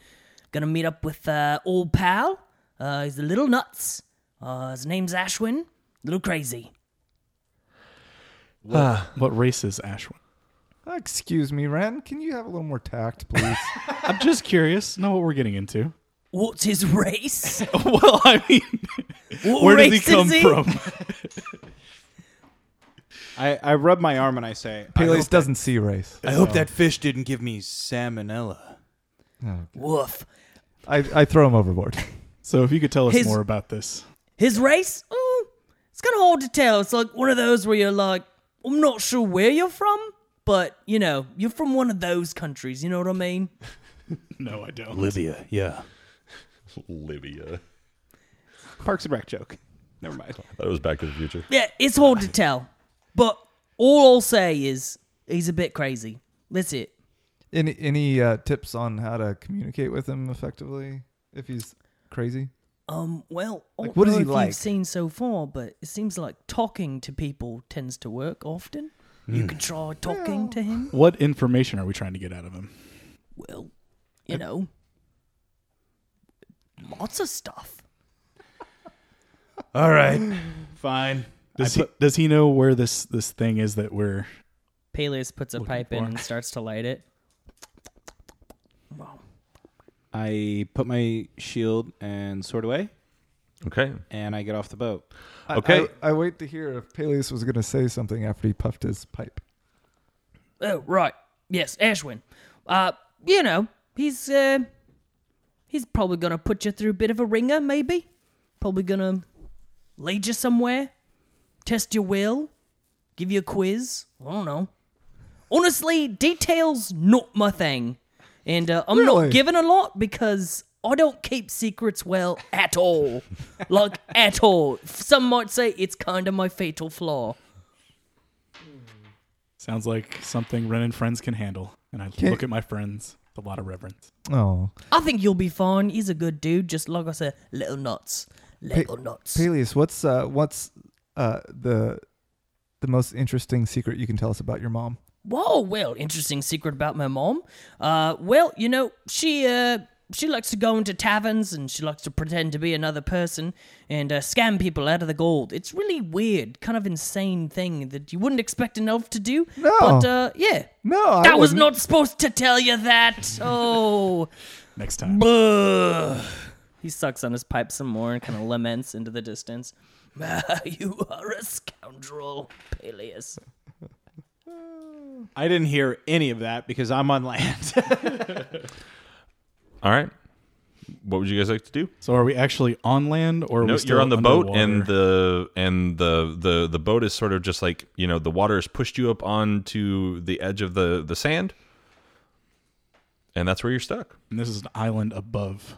S4: Gonna meet up with uh, old pal. Uh, he's a little nuts. Uh, his name's Ashwin. Little crazy.
S6: What race is Ashwin?
S3: Ah, Excuse me, Ren. Can you have a little more tact, please?
S6: I'm just curious. Know what we're getting into?
S4: What's his race?
S6: well, I mean,
S4: What
S6: where does he
S4: race
S6: come
S4: is he?
S6: from?
S5: I, I rub my arm and I say, I
S3: Peleus
S5: hope,
S3: doesn't see race.
S7: I
S5: Uh.
S7: hope that fish didn't give me salmonella.
S4: Woof.
S3: I, I throw him overboard.
S6: So, if you could tell us
S4: His-
S6: more about this,
S4: His race? Mm, it's kind of hard to tell. It's like one of those where you're like, I'm not sure where you're from, but you know, you're from one of those countries. You know what I mean?
S6: no, I don't.
S7: Libya, yeah.
S1: Libya,
S5: Parks and Rec joke. Never mind.
S1: that was Back to the Future.
S4: Yeah, it's hard to tell. But all I'll say is he's a bit crazy. That's it.
S3: Any any uh, tips on how to communicate with him effectively if he's crazy?
S4: Um, well, I
S3: Like,
S4: don't
S3: what is
S4: know
S3: he
S4: if
S3: like?
S4: you've seen so far, but it seems like talking to people tends to work often.
S3: Hmm.
S4: You could try talking to him.
S6: What information are we trying to get out of him?
S4: Well, you know, lots of stuff.
S7: All right, fine.
S6: Does he does he know where this this thing is that we're?
S4: Peleus puts a pipe in
S6: for.
S4: and starts to light it.
S5: I put my shield and sword away
S1: Okay,
S5: and I get off the boat.
S3: I-
S1: Okay.
S3: I, I wait to hear if Peleus was going to say something after he puffed his pipe.
S4: Oh, right. Yes, Ashwin. Uh, you know, he's uh, he's probably gonna put you through a bit of a ringer, maybe. Probably gonna lead you somewhere, test your will, give you a quiz. I don't know. Honestly, details not my thing, and uh, I'm
S3: Really?
S4: not giving a lot because I don't keep secrets well at all, like at all. Some might say it's kind of my fatal flaw.
S6: Sounds like something Ren and friends can handle. And I look at my friends with a lot of reverence.
S3: Oh,
S4: I think you'll be fine. He's a good dude, just like I said, little nuts. Little nuts.
S3: Peleus, what's uh, what's uh, the the most interesting secret you can tell us about your mom?
S4: Whoa, well, interesting secret about my mom. Uh, well, you know, she uh, she likes to go into taverns and she likes to pretend to be another person and uh, scam people out of the gold. It's really weird, kind of insane thing that you wouldn't expect an elf to do.
S3: No.
S4: But uh, yeah,
S3: No, I
S4: that was
S3: wouldn't.
S4: not supposed to tell you that. Oh,
S6: Next time.
S4: Ugh. He sucks on his pipe some more and kind of laments into the distance. Ah, you are a scoundrel, Peleus.
S5: I didn't hear any of that because I'm on land.
S1: all right. What would you guys like to do?
S6: So are we actually on land or are
S1: No,
S6: we still
S1: you're on the boat, and
S6: underwater?
S1: the and the the the boat is sort of just like you know the water has pushed you up onto the edge of the the sand, and that's where you're stuck.
S6: And this is an island above.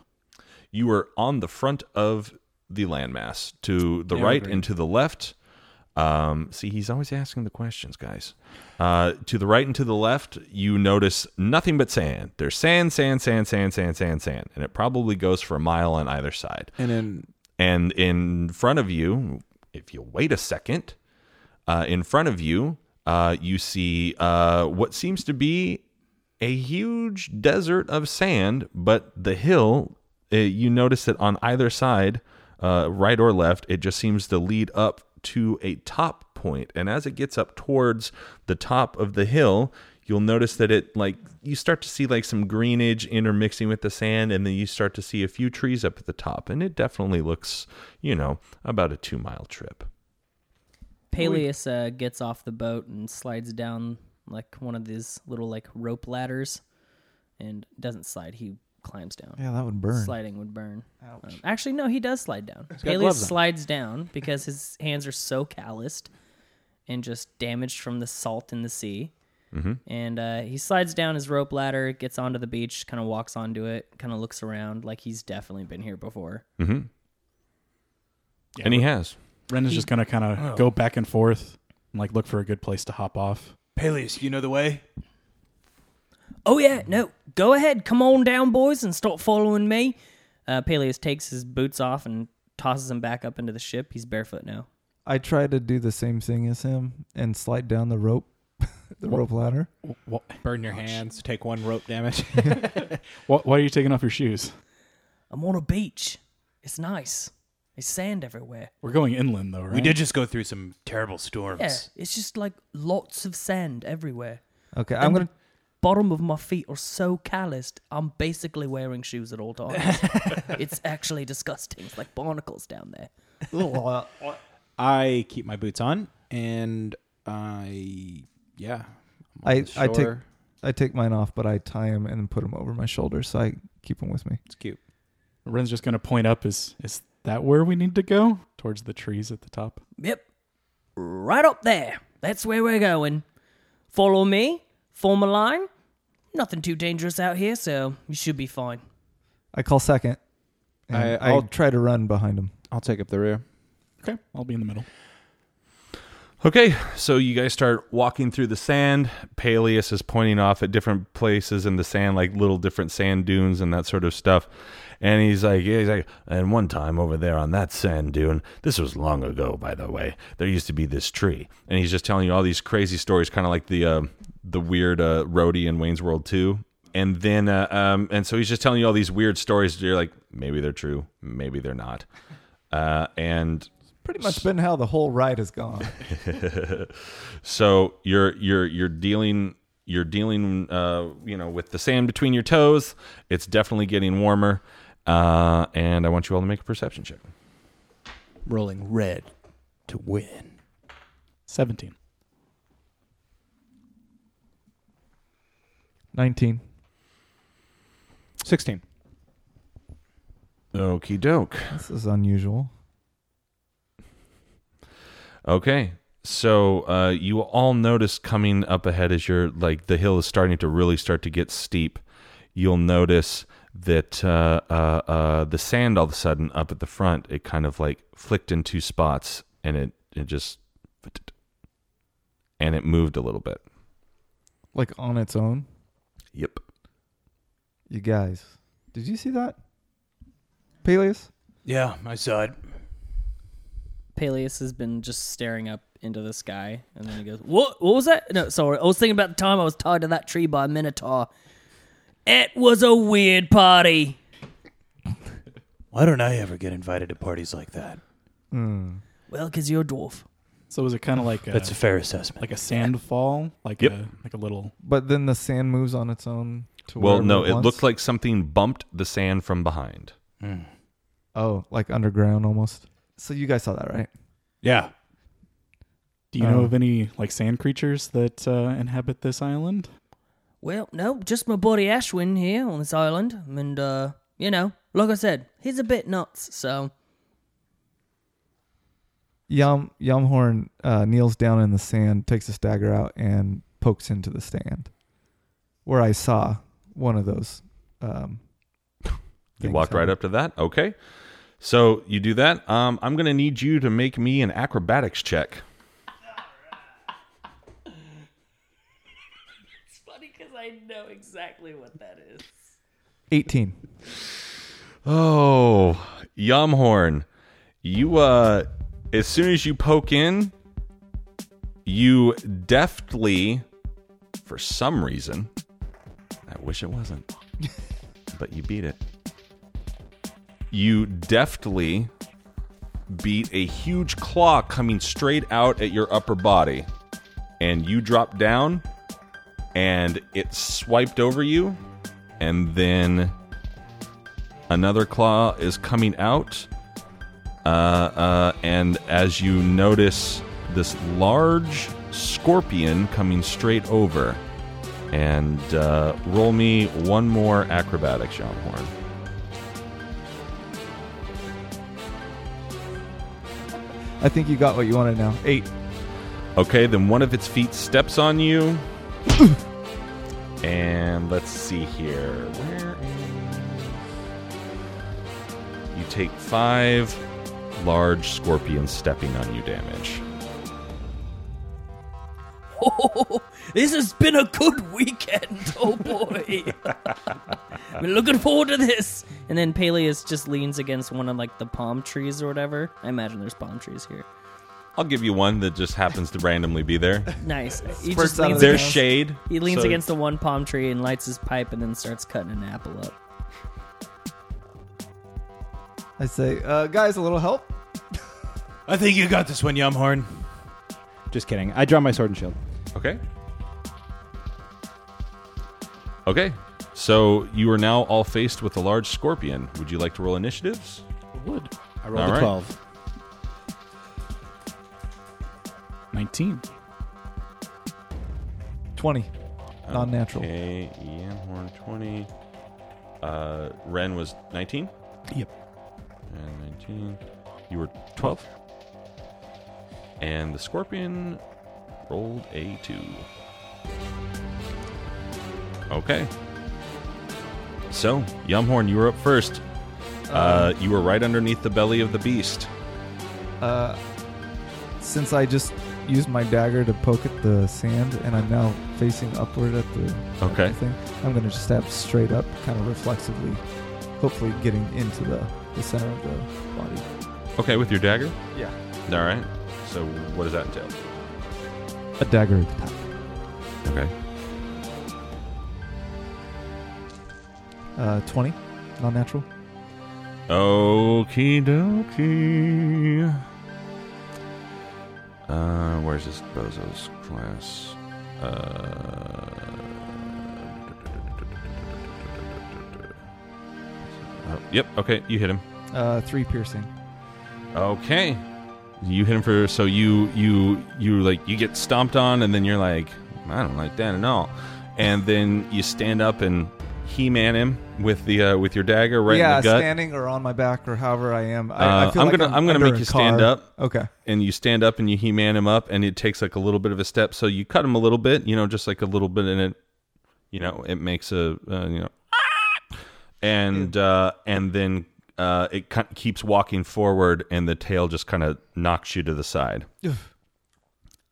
S1: You are on the front of the landmass to the right and to the left. Um, see, he's always asking the questions, guys. Uh, to the right and to the left, you notice nothing but sand. There's sand, sand, sand, sand, sand, sand, sand, and it probably goes for a mile on either side.
S5: and then
S1: And in front of you, if you wait a second, uh, in front of you, uh, you see uh, what seems to be a huge desert of sand, but the hill, uh, you notice that on either side, uh, right or left, it just seems to lead up to a top point. And as it gets up towards the top of the hill, you'll notice that it like you start to see like some greenage intermixing with the sand, and then you start to see a few trees up at the top, and it definitely looks, you know, about a two mile trip.
S4: Peleus uh, gets off the boat and slides down like one of these little like rope ladders, and doesn't slide. He climbs down.
S3: Yeah, that would burn.
S4: Sliding would burn. Um, actually, no, he does slide down.
S5: got
S4: Peleus
S5: gloves on.
S4: slides down because his hands are so calloused and just damaged from the salt in the sea.
S5: Mm-hmm.
S4: And uh, he slides down his rope ladder, gets onto the beach, kind of walks onto it, kind of looks around like he's definitely been here before.
S5: Mm.
S1: and he has.
S6: Ren is just gonna kind of go back and forth and like look for a good place to hop off.
S7: Peleus, you know the way?
S4: Oh yeah, no. Go ahead, come on down, boys, and start following me. Uh, Peleus takes his boots off and tosses them back up into the ship. He's barefoot now.
S3: I try to do the same thing as him and slide down the rope, the rope ladder.
S5: Burn your hands. Take one rope damage.
S6: Why, why are you taking off your shoes?
S4: I'm on a beach. It's nice. There's sand everywhere.
S6: We're going inland though, right?
S7: We did just go through some terrible storms.
S4: Yeah, it's just like lots of sand everywhere.
S3: Okay, I'm gonna.
S4: Bottom of my feet are so calloused. I'm basically wearing shoes at all times. it's actually disgusting. It's like barnacles down there.
S5: I keep my boots on, and I yeah. I'm on
S3: I-
S5: the
S3: I take-
S5: shore.
S3: I take mine off, but I tie him and put him over my shoulder, so I keep him with me.
S5: It's cute.
S6: Ren's just gonna point up. Is is that where we need to go? Towards the trees at the top.
S4: Yep. Right up there. That's where we're going. Follow me. Form a line. Nothing too dangerous out here, so you should be fine.
S3: I call second. And
S5: I-
S3: I,
S5: I'll-
S3: try to run behind him.
S5: I'll take up the rear.
S6: Okay, I'll be in the middle.
S1: Okay, so you guys start walking through the sand. Peleus is pointing off at different places in the sand, like little different sand dunes and that sort of stuff. And he's like, yeah, he's like, and one time over there on that sand dune, this was long ago, by the way. There used to be this tree, and he's just telling you all these crazy stories, kind of like the uh, the weird uh, roadie in Wayne's World Two. And then, uh, um, and so he's just telling you all these weird stories. You're like, maybe they're true, maybe they're not. Uh, and
S3: Pretty much been how the whole ride has gone.
S1: So you're you're you're dealing you're dealing uh, you know with the sand between your toes. It's definitely getting warmer, uh, and I want you all to make a perception check.
S7: Rolling red to win.
S6: Seventeen.
S3: Nineteen.
S5: Sixteen.
S1: Okie doke.
S3: This is unusual.
S1: Okay. So uh, you all notice coming up ahead as you're like the hill is starting to really start to get steep. You'll notice that uh, uh, uh, the sand all of a sudden up at the front it kind of like flicked in two spots and it it just and it moved a little bit.
S3: Like on its own.
S1: Yep.
S3: You guys, did you see that? Peleus?
S7: Yeah, I saw it.
S4: Peleus has been just staring up into the sky, and then he goes, "What? What was that? No, sorry. I was thinking about the time I was tied to that tree by a minotaur. It was a weird party.
S7: Why don't I ever get invited to parties like that?
S3: Hmm.
S4: Well, 'cause you're a dwarf.
S6: So is it kind of like a,
S7: That's a fair assessment.
S6: like a sandfall, like
S1: Yep.
S6: a like a little
S3: But then the sand moves on its own to
S1: Well,
S3: wherever
S1: no, it
S3: wants.
S1: looked like something bumped the sand from behind.
S7: Mm.
S3: Oh, like underground almost. So you guys saw that, right?
S7: yeah.
S6: Do you know
S3: Oh.
S6: of any like sand creatures that uh, inhabit this island?
S4: Well, no, just my buddy Ashwin here on this island, and uh, you know, like I said, he's a bit nuts. So
S3: Yum Yumhorn uh, kneels down in the sand, takes a stagger out, and pokes into the stand, where I saw one of those. Um,
S1: You
S3: things
S1: walked right
S3: happen.
S1: up to that. Okay. So you do that. Um, I'm going to need you to make me an acrobatics check.
S4: it's funny because I know exactly what that is.
S3: Eighteen.
S1: Oh, Yumhorn. You, uh, as soon as you poke in, you deftly, for some reason, I wish it wasn't, but you beat it. You deftly beat a huge claw coming straight out at your upper body, and you drop down and it swiped over you, and then another claw is coming out. Uh, uh, and as you notice this large scorpion coming straight over, and uh, roll me one more acrobatics, John Horn.
S3: I think you got what you wanted now. Eight.
S1: Okay, then one of its feet steps on you. and let's see here. Where is. You take five large scorpions stepping on you damage.
S4: this has been a good weekend. Oh boy, I've been looking forward to this. And then Peleus just leans against one of like the palm trees or whatever. I imagine there's palm trees here.
S1: I'll give you one that just happens to randomly be there.
S4: Nice. He just
S3: out of the
S4: leans
S1: There's
S4: against-
S1: shade.
S4: He leans
S1: so-
S4: against the one palm tree and lights his pipe, and then starts cutting an apple up.
S3: I say, uh, guys, a little help.
S7: I think you got this one, Yumhorn.
S5: Just kidding. I draw my sword and shield.
S1: Okay. Okay. So you are now all faced with a large scorpion. Would you like to roll initiatives?
S6: Wood.
S5: I rolled
S1: All
S5: a
S1: right.
S5: 12.
S6: 19.
S3: Twenty. Non-natural.
S1: Okay, Ian Horn 20. Uh, Ren was 19?
S6: Yep.
S1: And 19. You were 12. And the scorpion rolled a 2. Okay. So, Yumhorn, you were up first. Uh, you were right underneath the belly of the beast.
S3: Uh, since I just used my dagger to poke at the sand, and I'm now facing upward at the at
S1: Okay.
S3: the thing, I'm gonna just stab straight up, kind of reflexively, hopefully getting into the, the center of the body.
S1: Okay, with your dagger?
S3: Yeah.
S1: All right. So, what does that entail?
S3: A dagger attack.
S1: Okay.
S3: Uh, twenty. Non-natural.
S1: Okie dokie. Uh, where's this Bozo's class? Uh, oh, yep, okay, you hit him.
S3: Uh, three piercing.
S1: Okay. You hit him for so you you you like you get stomped on and then you're like, I don't like that at all. And then you stand up and he man him with the uh, with your dagger right
S3: yeah,
S1: in the gut.
S3: standing or on my back or however I am. I,
S1: Uh,
S3: I feel
S1: I'm
S3: like
S1: gonna- I'm gonna
S3: under
S1: make
S3: a
S1: you stand
S3: car.
S1: up.
S3: Okay.
S1: and you stand up and you he-man him up and it takes like a little bit of a step so you cut him a little bit you know just like a little bit and it you know it makes a uh, you know and uh and then uh it ki- keeps walking forward and the tail just kind of knocks you to the side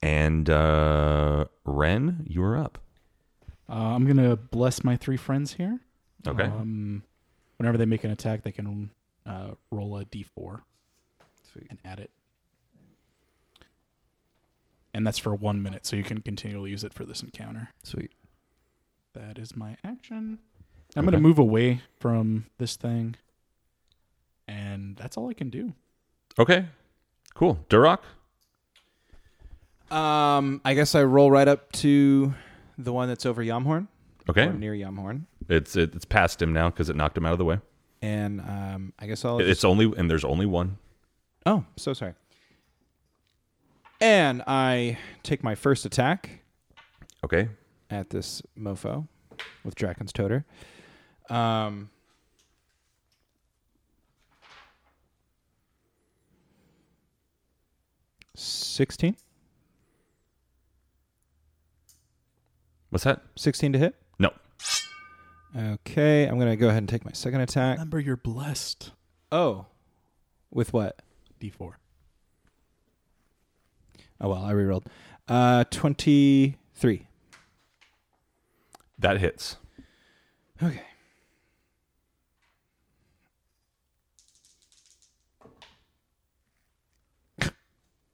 S1: and uh ren you're up
S6: Uh, I'm going to bless my three friends here.
S1: okay
S6: Um, whenever they make an attack, they can uh, roll a d4 and add it. And that's for one minute, so you can continually use it for this encounter.
S3: Sweet.
S6: That is my action. I'm going to move away from this thing, and that's all I can do.
S1: okay cool duroc
S5: Um, I guess I roll right up to the one that's over Yamhorn.
S1: okay
S5: Or near Yamhorn.
S1: it's it, it's past him now because it knocked him out of the way
S5: And um, I guess I'll. just-
S1: it's only and there's only one
S5: Oh, so sorry. And I take my first attack
S1: okay
S5: at this mofo with Draken's Toter. Um, sixteen.
S1: what's that
S5: 16 to hit.
S1: no
S5: Okay, I'm gonna go ahead and take my second attack.
S6: Remember, you're blessed.
S5: Oh, with what?
S6: D4.
S5: Oh well, I rerolled. Uh, twenty-three.
S1: that hits
S5: Okay.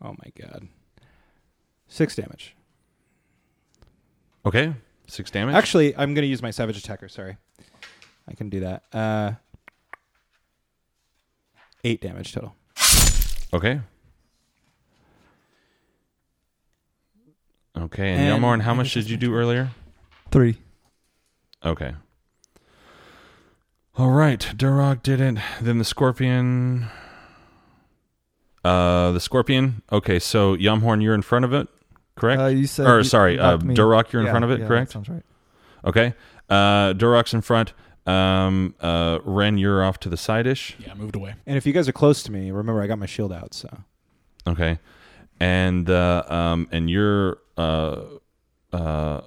S5: Oh my god. Six damage.
S1: Okay, six damage.
S5: Actually, I'm gonna use my savage attacker. Sorry, I can do that. Uh, eight damage total.
S1: okay. Okay, and,
S5: And
S1: Yelmorn, how
S5: I
S1: much
S5: think
S1: did you do earlier?
S3: Three.
S1: Okay. All right, Durog did it. Then the scorpion. Uh, the scorpion. Okay, so Yamhorn, you're in front of it, correct?
S3: Uh, you said
S1: or
S3: you-
S1: sorry, uh,
S3: knocked me.
S1: Durok, you're in
S3: Yeah,
S1: front of it,
S3: yeah, that
S1: correct?
S3: sounds right.
S1: Okay. Uh, Durok's in front. Um, uh, Ren, you're off to the side ish.
S6: Yeah, I moved away.
S5: And if you guys are close to me, remember I got my shield out, so
S1: Okay. And uh, um, and you're uh, uh,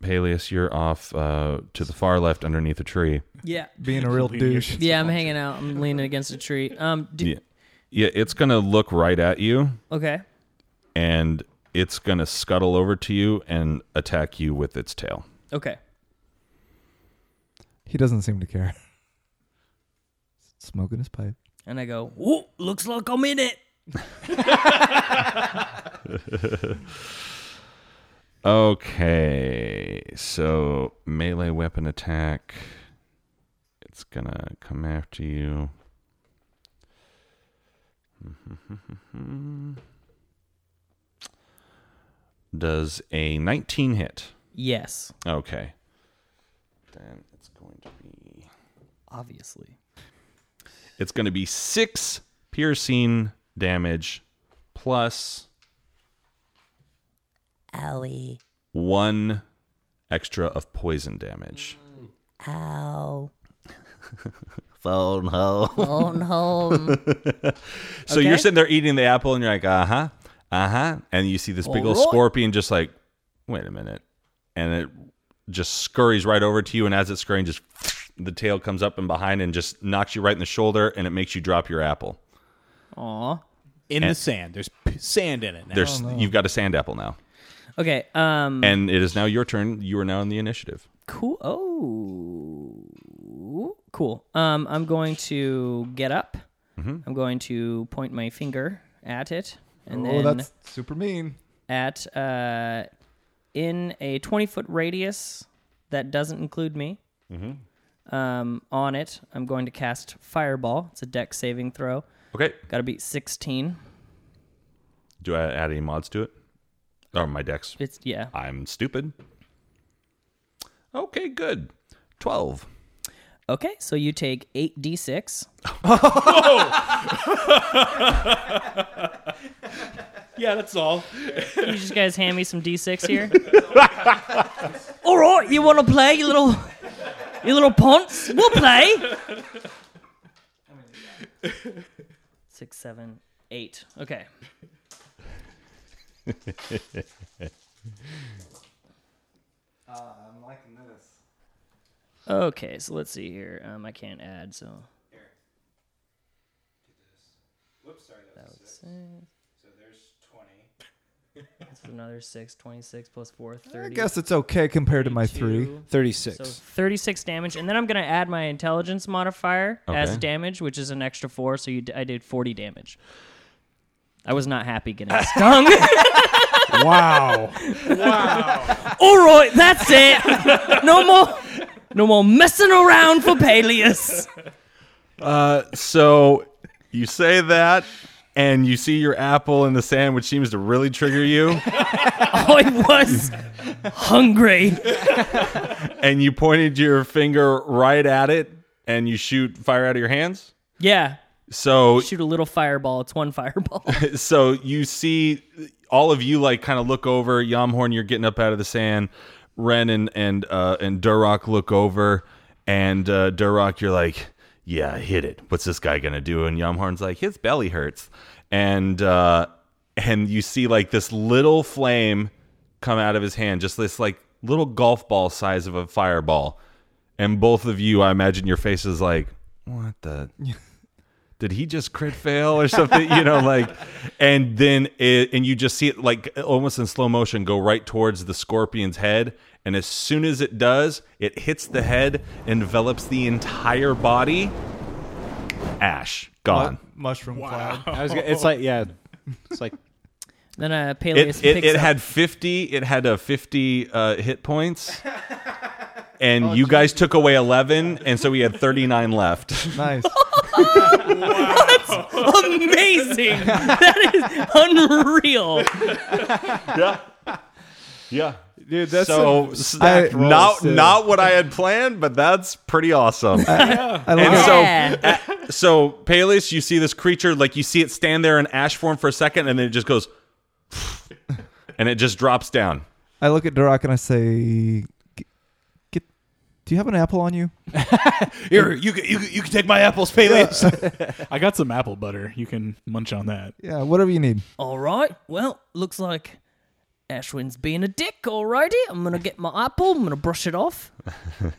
S1: Peleus, you're off uh, to the far left underneath a tree.
S4: Yeah.
S3: Being a real douche.
S4: Yeah, I'm hanging out. I'm leaning against a tree. Um. Do,
S1: Yeah. Yeah, it's gonna look right at you,
S4: Okay.
S1: and it's gonna scuttle over to you and attack you with its tail.
S4: Okay.
S3: He doesn't seem to care. Smoking his pipe.
S4: And I go. Whoa, looks like I'm in it.
S1: Okay, so melee weapon attack. It's gonna come after you. Does a 19 hit?
S4: Yes.
S1: Okay. Then it's going to be
S4: Obviously.
S1: It's going to be six piercing damage plus
S8: Owie.
S1: one extra of poison damage.
S8: Ow.
S2: Phone ho.
S8: Phone home.
S1: So you're sitting there eating the apple and you're like, uh huh, uh huh. And you see this big old
S4: Alright.
S1: scorpion just like, wait a minute. And it just scurries right over to you. And as it's scurrying, just the tail comes up and behind and just knocks you right in the shoulder and it makes you drop your apple.
S4: Aw.
S7: in the sand. There's p- sand in it.
S5: Oh,
S7: Now.
S1: There's, You've got a sand apple now.
S4: Okay. Um.
S1: And it is now your turn. You are now in the initiative.
S4: Cool. Oh, cool. Um, I'm going to get up.
S3: Mm-hmm.
S4: I'm going to point my finger at it, and
S3: oh,
S4: then
S3: that's super mean.
S4: at uh, in a 20 foot radius that doesn't include me.
S7: Mm-hmm.
S4: Um, on it, I'm going to cast Fireball. It's a deck saving throw.
S1: Okay.
S4: Got to beat 16.
S1: Do I add any mods to it? Or my decks?
S4: It's yeah.
S1: I'm stupid. Okay, good. 12.
S4: Okay, so you take 8d6.
S7: yeah, that's all.
S4: Can you just guys hand me some d6 here? All right, you want to play, you little, you little punts? We'll play. Six, seven, eight. Okay.
S3: Uh, I'm liking this.
S4: Okay, so let's see here. Um, I can't add, so. That's another 6, 26 plus 4,
S3: I
S4: 30.
S3: guess it's okay compared to my three.
S5: thirty six.
S4: So 36 damage, and then I'm going to add my intelligence modifier as
S1: Okay.
S4: damage, which is an extra four. So you, d- I did 40 damage. I was not happy getting stung.
S6: Wow.
S4: All right, that's it. No more, no more messing around for Peleus.
S1: So you say that, and you see your apple in the sand, which seems to really trigger you,
S4: I was hungry.
S1: and you pointed your finger right at it, and you shoot fire out of your hands.
S4: Yeah,
S1: So,
S4: shoot a little fireball. It's one fireball.
S1: so you see all of you like kind of look over. Yamhorn, you're getting up out of the sand. Ren and and uh, and Durok look over, and uh, Durok, you're like, yeah, hit it. What's this guy gonna do? And Yamhorn's like, his belly hurts, and uh, and you see like this little flame come out of his hand, just this like little golf ball size of a fireball, and both of you, I imagine your faces like, what the did he just crit fail or something you know like and then it, and you just see it like almost in slow motion go right towards the scorpion's head and as soon as it does it hits the head envelops the entire body ash gone
S3: Mushroom cloud.
S5: I was, gonna- it's like yeah, it's like
S4: Then uh, Peleus
S1: it it,
S4: picks
S1: it
S4: up.
S1: had 50 it had a 50 uh, hit points and
S4: Oh,
S1: you guys took away 11 and so we had 39 left
S3: nice.
S4: amazing. that is unreal.
S1: yeah yeah
S5: Dude, that's
S1: so
S5: a
S1: stacked
S3: rolls,
S1: not
S5: dude.
S1: not what I had planned, but that's pretty awesome.
S3: I love
S1: And
S3: it.
S8: Yeah.
S1: so, uh, so Peleus, you see this creature, like you see it stand there in ash form for a second, and then it just goes, and it just drops down.
S3: I look at Durak and I say, "Get- "Get, do you have an apple on you?"
S7: Here, you can, you, can- you can take my apples, Peleus.
S6: I got some apple butter. You can munch on that.
S3: Yeah, whatever you need.
S4: All right. Well, looks like Ashwin's being a dick already. I'm gonna get my apple. I'm gonna brush it off.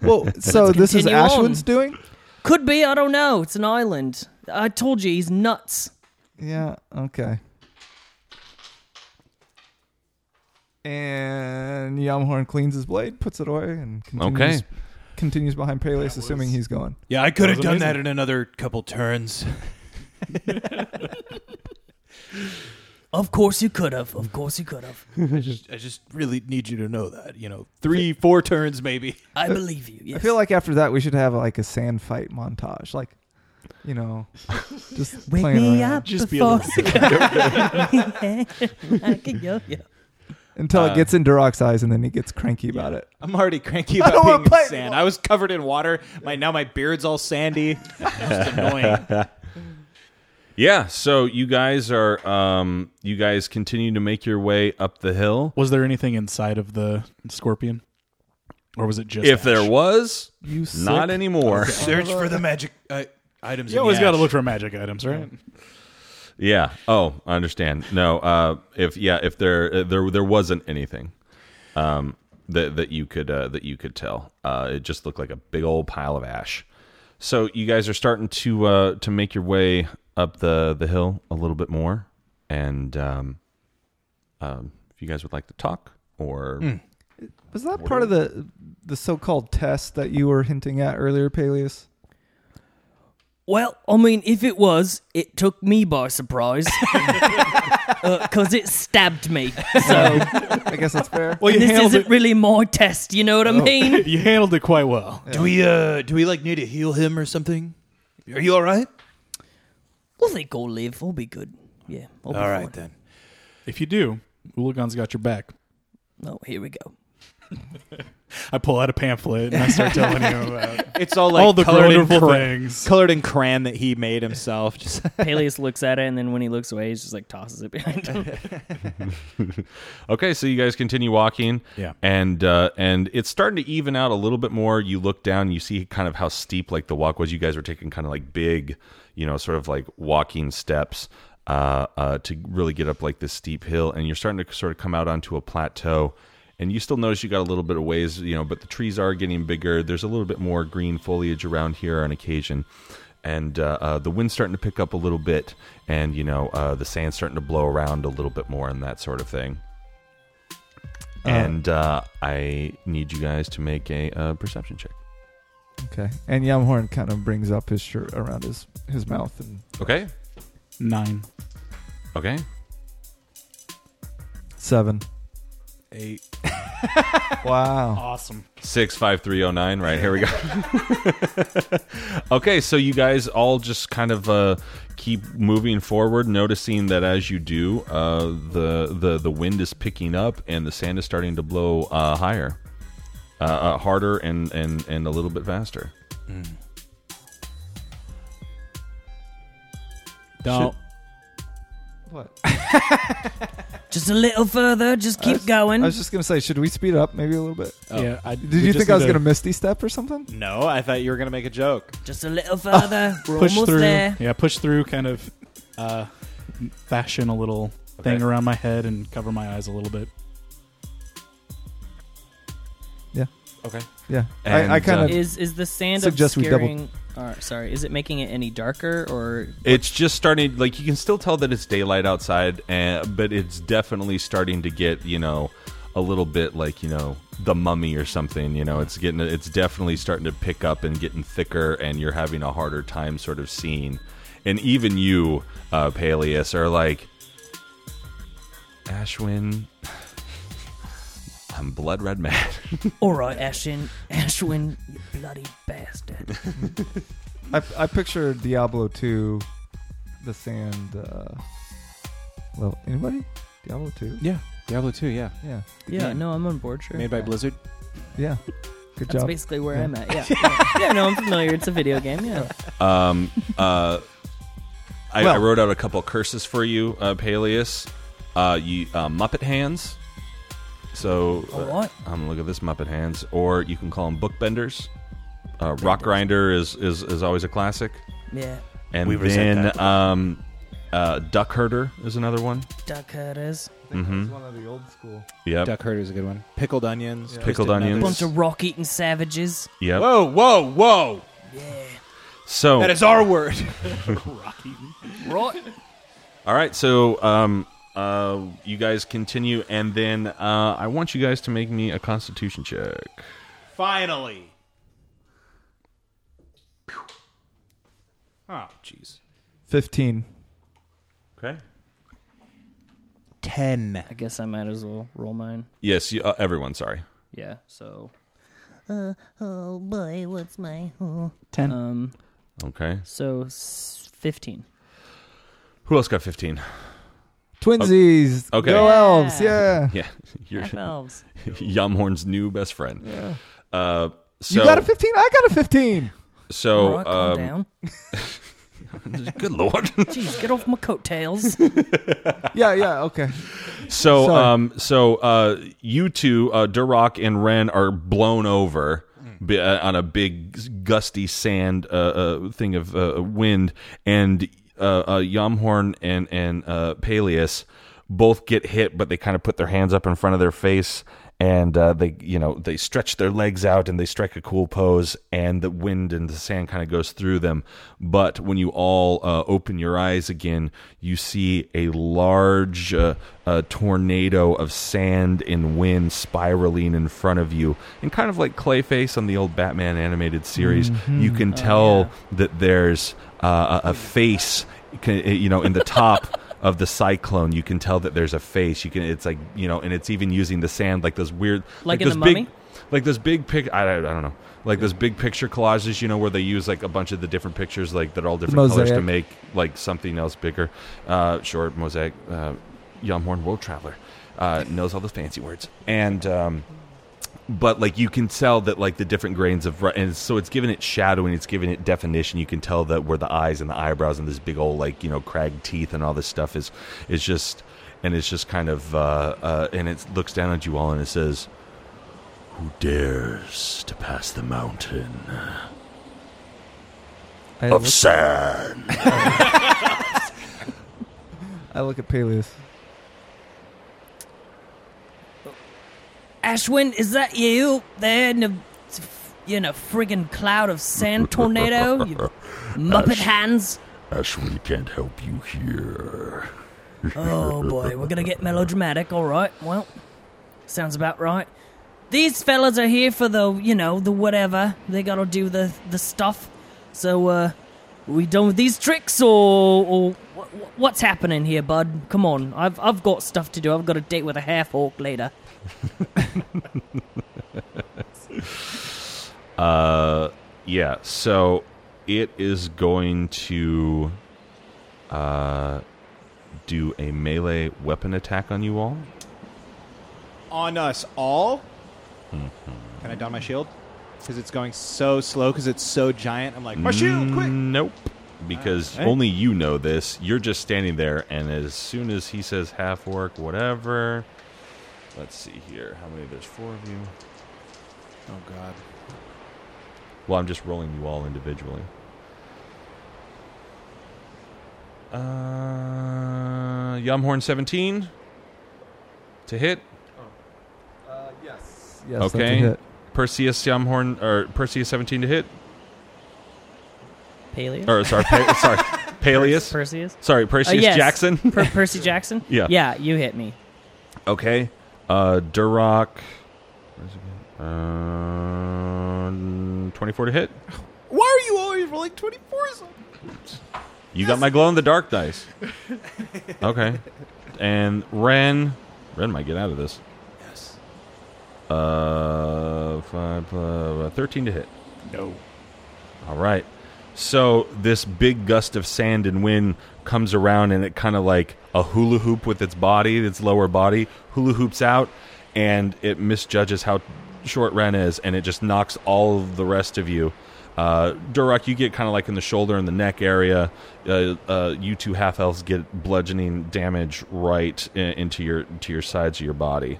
S3: Well, so this is
S4: continue on.
S3: Ashwin's doing.
S4: Could be. I don't know. It's an island. I told you he's nuts.
S3: Yeah. Okay. And Yamhorn cleans his blade, puts it away, and continues,
S1: Okay.
S3: continues behind Peleus, assuming he's going.
S7: yeah, I could have
S6: was
S7: done
S6: amazing.
S7: that in another couple turns.
S4: Of course you could have. Of course you could have.
S7: I just, I just really need you to know that. You know,
S5: three, four turns maybe.
S4: I believe you. Yes.
S3: I feel like after that we should have like a sand fight montage, like you know, just
S4: Wake
S3: playing
S4: me
S3: around.
S4: up
S6: Just be a
S4: before.
S3: until
S6: Uh,
S3: it gets in Durok's eyes, and then he gets cranky about it.
S5: I'm already cranky
S3: I
S5: about
S3: don't wanna
S5: being in
S3: play
S5: sand.
S3: anymore.
S5: I was covered in water. My now my beard's all sandy. Just annoying.
S1: Yeah. So you guys are, um, you guys continue to make your way up the hill.
S6: Was there anything inside of the scorpion, or was it just?
S1: If there
S6: ash?
S1: was,
S3: You sick?
S1: not anymore.
S7: search for the magic uh, items.
S6: you
S7: in
S6: always
S7: got to
S6: look for magic items, right?
S1: Yeah. Oh, I understand. No. Uh, if yeah, if there uh, there there wasn't anything, um, that that you could uh, that you could tell. Uh, it just looked like a big old pile of ash. So you guys are starting to uh, to make your way up the the hill a little bit more, and um, um, if you guys would like to talk or
S3: Was that part of the the so-called test that you were hinting at earlier, Peleus?
S4: Well, I mean, if it was, it took me by surprise because it stabbed me. So
S3: I guess that's fair.
S6: Well, you
S4: this
S6: handled
S4: isn't
S6: it.
S4: really my test. You know what I mean?
S6: You handled it quite well.
S7: Do we uh do we like need to heal him or something? Are you all right?
S4: I think I'll live. I'll be good. Yeah. I'll be
S7: All right
S4: fine.
S7: then.
S6: If you do, Ulagan's got your back.
S4: Oh, here we go.
S6: I pull out a pamphlet and I start telling you about
S5: It's all like
S6: all the
S5: colored in
S6: wonderful
S5: cra-
S6: things.
S5: colored in crayon that he made himself. Just
S4: Peleus looks at it, and then when he looks away, he just like tosses it behind him.
S1: Okay, so you guys continue walking.
S6: Yeah.
S1: And uh, and it's starting to even out a little bit more. You look down, you see kind of how steep like the walk was. You guys were taking kind of like big, you know, sort of like walking steps uh, uh, to really get up like this steep hill, and you're starting to sort of come out onto a plateau. And you still notice you got a little bit of ways, you know, but the trees are getting bigger. There's a little bit more green foliage around here on occasion and uh, uh, the wind's starting to pick up a little bit, and you know uh, the sand's starting to blow around a little bit more and that sort of thing. and uh, I need you guys to make a uh, perception check.
S3: Okay. And Yamhorn kind of brings up his shirt around his his mouth and
S1: Okay.
S6: Nine.
S1: Okay.
S3: seven.
S7: Eight.
S3: Wow.
S6: Awesome.
S1: Six five three oh nine. Right here we go. okay, so you guys all just kind of uh, keep moving forward, noticing that as you do, uh, the the the wind is picking up and the sand is starting to blow uh, higher, uh, uh, harder, and and and a little bit faster.
S6: Don't.
S3: What?
S4: Just a little further. Just keep
S3: was-
S4: going.
S3: I was just gonna say, should we speed up maybe a little bit?
S6: Yeah. I, Uh, we
S3: Did you
S6: just
S3: think I
S6: need
S3: was
S6: to
S3: gonna misty step or something?
S5: no, I thought you were gonna make a joke.
S4: just a little further. We're
S6: push
S4: almost
S6: through?
S4: there.
S6: Yeah, push through. Kind of uh, fashion a little thing around my head and cover my eyes a little bit.
S1: Okay.
S3: Yeah.
S1: And,
S3: I, I kind
S1: uh,
S3: of
S4: Is is the sand
S3: Suggest we double-
S4: obscuring? All right, sorry. Is it making it any darker or?
S1: It's just starting. Like you can still tell that it's daylight outside, and but it's definitely starting to get you know a little bit like you know the mummy or something. You know, it's getting it's definitely starting to pick up and getting thicker, and you're having a harder time sort of seeing. And even you, uh, Peleus, are like Ashwin. I'm blood red mad.
S4: All right, Ashwin, Ashwin, you bloody bastard.
S3: I, I picture Diablo 2, the sand. Uh, well, anybody? Diablo 2?
S6: Yeah.
S5: Diablo 2, yeah.
S3: Yeah.
S4: Yeah, no, I'm on board. Sure.
S5: Made by Blizzard.
S3: Yeah. Good
S4: That's
S3: job.
S4: basically where
S3: Yeah.
S4: I'm at. Yeah. yeah. Yeah, no, I'm familiar. It's a video game. Yeah.
S1: Um, uh, I, I
S3: Well-
S1: wrote out a couple curses for you, uh, Peleus. Uh, you uh, Muppet hands. So
S4: A
S1: uh,
S4: what?
S1: I'm gonna look at this Muppet hands, or you can call them bookbenders. Uh, rock grinder is, is is always a classic,
S4: Yeah.
S1: and
S7: We resent
S1: then
S7: that.
S1: um, uh, duck herder is another one.
S4: Duck hunters.
S1: Mhm.
S3: one of the old school.
S1: Yep,
S5: Duck Herder is a good one. Pickled onions.
S3: Yeah.
S1: Pickled
S5: twisted
S1: onions.
S4: Bunch
S5: nutters.
S4: of rock eating savages.
S1: yep.
S5: Whoa, whoa, whoa!
S1: So
S5: That is our word.
S4: Right.
S1: All right, so um, uh, you guys continue, and then uh, I want you guys to make me a Constitution check.
S5: Finally. Oh, jeez.
S3: 15.
S1: Okay.
S5: Ten.
S4: I guess I might as well roll mine.
S1: Yes, you, uh, everyone. Sorry.
S4: Yeah. So.
S8: Oh boy, what's my.
S6: Ten.
S4: Um.
S1: Okay.
S4: So s- fifteen.
S1: Who else got fifteen?
S3: Twinsies.
S1: Okay.
S3: Go elves. Yeah.
S1: Yeah, you're
S4: Elves.
S1: Yumhorn's new best friend. Uh, so
S3: you got a 15? I got a 15.
S1: so
S4: Rock, calm
S1: um,
S4: down.
S1: good lord.
S4: Jeez, get off my coattails.
S3: yeah, yeah. Okay.
S1: So,
S3: Sorry.
S1: um, so uh, you two, uh, Duroc and Ren, are blown over
S4: Mm.
S1: bi- uh, on a big gusty sand uh, uh, thing of uh, wind, and uh, uh, Yamhorn and and uh, Peleus both get hit, but they kind of put their hands up in front of their face. And uh, they, you know, they stretch their legs out and they strike a cool pose, and the wind and the sand kind of goes through them. But when you all uh, open your eyes again, you see a large uh, uh, tornado of sand and wind spiraling in front of you. And kind of like Clayface on the old Batman animated series, you can tell that there's uh, a, a face, ca- you know, in the top. Of the cyclone, you can tell that there's a face. You can, it's like you know, and it's even using the sand like those weird,
S4: Like in
S1: those
S4: The
S1: big,
S4: Mummy?
S1: like those big pic. I, I don't know, like those big picture collages. You know, where they use like a bunch of the different pictures, like that are all different colors to
S3: mosaic.
S1: make like something else bigger. Uh, short mosaic, uh, Yumhorn world traveler uh, knows all the fancy words, and um, but like you can tell that like the different grains of ri- and so it's giving it shadow and it's giving it definition. You can tell that where the eyes and the eyebrows and this big old like you know crag teeth and all this stuff is is just and it's just kind of uh, uh, and it looks down at you all and it says. Who dares to pass the mountain
S3: I
S2: of
S3: look,
S2: sand?
S3: I look at Peleus.
S4: Ashwin, is that you there in a, in a friggin' cloud of sand tornado? You Muppet hands.
S2: Ashwin can't help you here.
S4: Oh boy, we're gonna get melodramatic, alright. Well, sounds about right. These fellas are here for the, you know, the whatever. They gotta do the the stuff. So, uh, we done with these tricks or, or wh- wh- what's happening here, bud? Come on, I've, I've got stuff to do. I've got a date with a half orc later.
S1: Uh, yeah. So it is going to uh, do a melee weapon attack on you all.
S5: On us all. Can I don my shield? Because it's going so slow. Because it's so giant. I'm like my shield, quick.
S1: Mm, Nope. Because
S5: Alright.
S1: only you know this. You're just standing there, and as soon as he says half work, whatever. Let's see here. How many? There's four of you.
S5: Oh god.
S1: Well, I'm just rolling you all individually. Uh, Yumhorn 17 to hit.
S3: Yes, that's a
S1: okay.
S3: hit.
S1: Perseus Yumhorn or Perseus 17 to hit.
S4: Peleus?
S1: Or sorry, pa- sorry, Peleus.
S4: Perseus?
S1: Sorry, Perseus
S4: Uh, yes.
S1: Jackson.
S4: Per- Percy Jackson?
S1: Yeah.
S4: Yeah, you hit me.
S1: okay. Uh, Duroc. where's it going? Uh, 24 to hit.
S5: Why are you always rolling 24s?
S1: You got my glow in the dark dice. Okay. And Ren. Ren might get out of this.
S5: Yes.
S1: Uh, five, uh, 13 to hit.
S6: No.
S1: All right. So this big gust of sand and wind comes around, and it kind of like a hula hoop with its body, its lower body, hula hoops out, and it misjudges how short Ren is, and it just knocks all of the rest of you. Uh, Durak, you get kind of like in the shoulder and the neck area. Uh, uh, you two half elves get bludgeoning damage right i- into your to your sides of your body.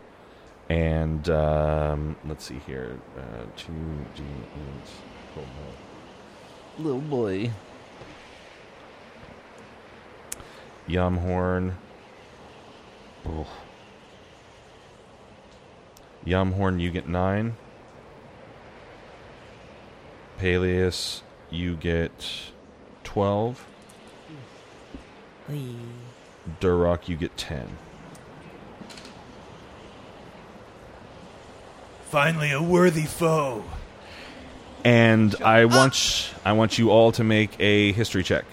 S1: And um, let's see here, uh, two D eight. Hold on.
S9: Little boy.
S1: Yumhorn. Oh. Yumhorn, you get nine. Peleus, you get 12. Durok, you get 10.
S7: Finally, a worthy foe.
S1: And I want I want you all to make a history check.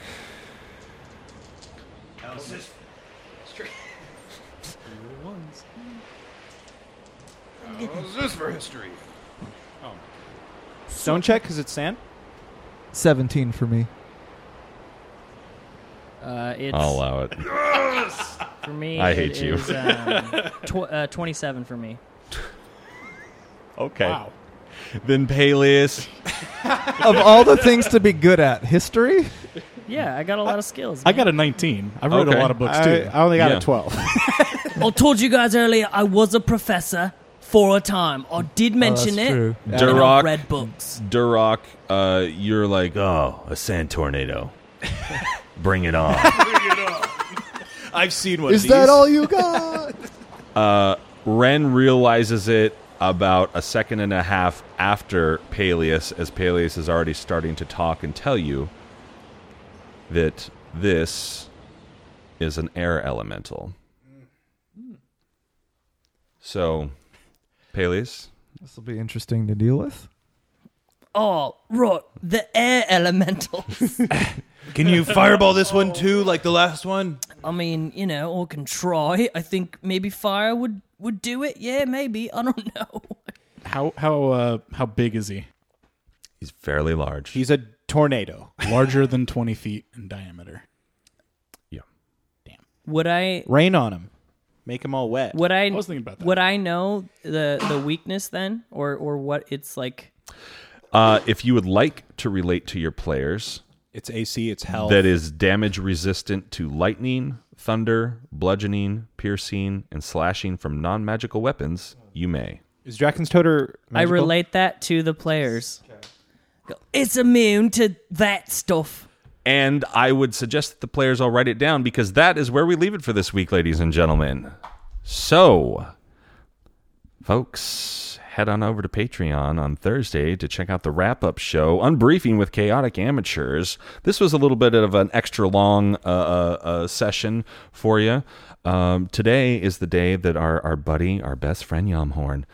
S7: What's this for history?
S5: Stone check because it's sand.
S3: 17 for me.
S4: Uh, it's
S1: I'll allow it.
S4: for me.
S1: Oh, I
S4: it
S1: hate you.
S4: is, um, tw- uh, Twenty-seven for me.
S1: Okay. Then Peleus,
S3: of all the things to be good at, history?
S4: Yeah, I got a lot of skills.
S6: I got a 19. I've read
S1: Okay.
S6: a lot of books
S5: I,
S6: too.
S5: I only got
S1: Yeah.
S5: a twelve.
S4: I told you guys earlier I was a professor for a time. I did mention
S3: Oh, that's
S4: it.
S3: true.
S4: and
S1: Yeah. Duroc.
S4: I've read books.
S1: Durok, uh, you're like, oh, a sand tornado. Bring it on.
S7: I've seen one.
S5: Is
S7: of
S5: that
S7: these.
S5: all you got?
S1: Ren realizes it about a second and a half after Peleus, as Peleus is already starting to talk and tell you that this is an air elemental. So, Peleus,
S3: This will be interesting to deal with.
S4: Oh, right, the air elementals.
S7: Can you fireball this one too, like the last one?
S4: I mean, you know, I can try. I think maybe fire would would do it. Yeah, maybe. I don't know.
S6: how how uh, how big is he?
S1: he's fairly large.
S5: He's a tornado.
S6: Larger than 20 feet in diameter.
S1: yeah.
S4: Would I?
S5: Rain on him. Make him all wet.
S4: Would I?
S6: was thinking about that.
S4: Would I know the the weakness then, or or what it's like?
S1: Uh, if you would like to relate to your players,
S5: It's AC. It's hell.
S1: that is damage resistant to lightning, thunder, bludgeoning, piercing, and slashing from non magical weapons, you may.
S5: Is Draken's Toter?
S4: I
S5: magical?
S4: relate that to the players. Go, It's immune to that stuff.
S1: And I would suggest that the players all write it down because that is where we leave it for this week, ladies and gentlemen. So, folks, head on over to Patreon on Thursday to check out the wrap up show, Unbriefing with Chaotic Amateurs. This was a little bit of an extra long uh, uh, uh, session for you. Um, today is the day that our, our buddy, our best friend, Yamhorn,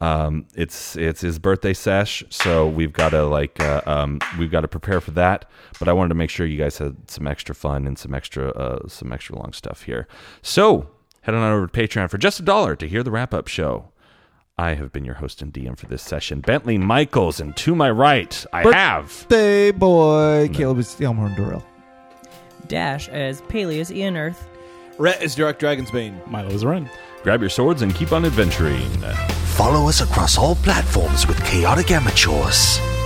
S1: um, it's it's his birthday sesh, so we've got to like uh, um, we've got to prepare for that. But I wanted to make sure you guys had some extra fun and some extra uh, some extra long stuff here. So head on over to Patreon for just a dollar to hear the wrap up show. I have been your host and DM for this session, Bentley Michaels, and to my right, I have
S3: Day boy, Caleb is Elmhorn Durrell.
S4: Dash as Peleus Ian Earth.
S5: Rhett is Direct Dragonsbane.
S6: Milo's run.
S1: grab your swords and keep on adventuring.
S2: Follow us across all platforms with Chaotic Amateurs.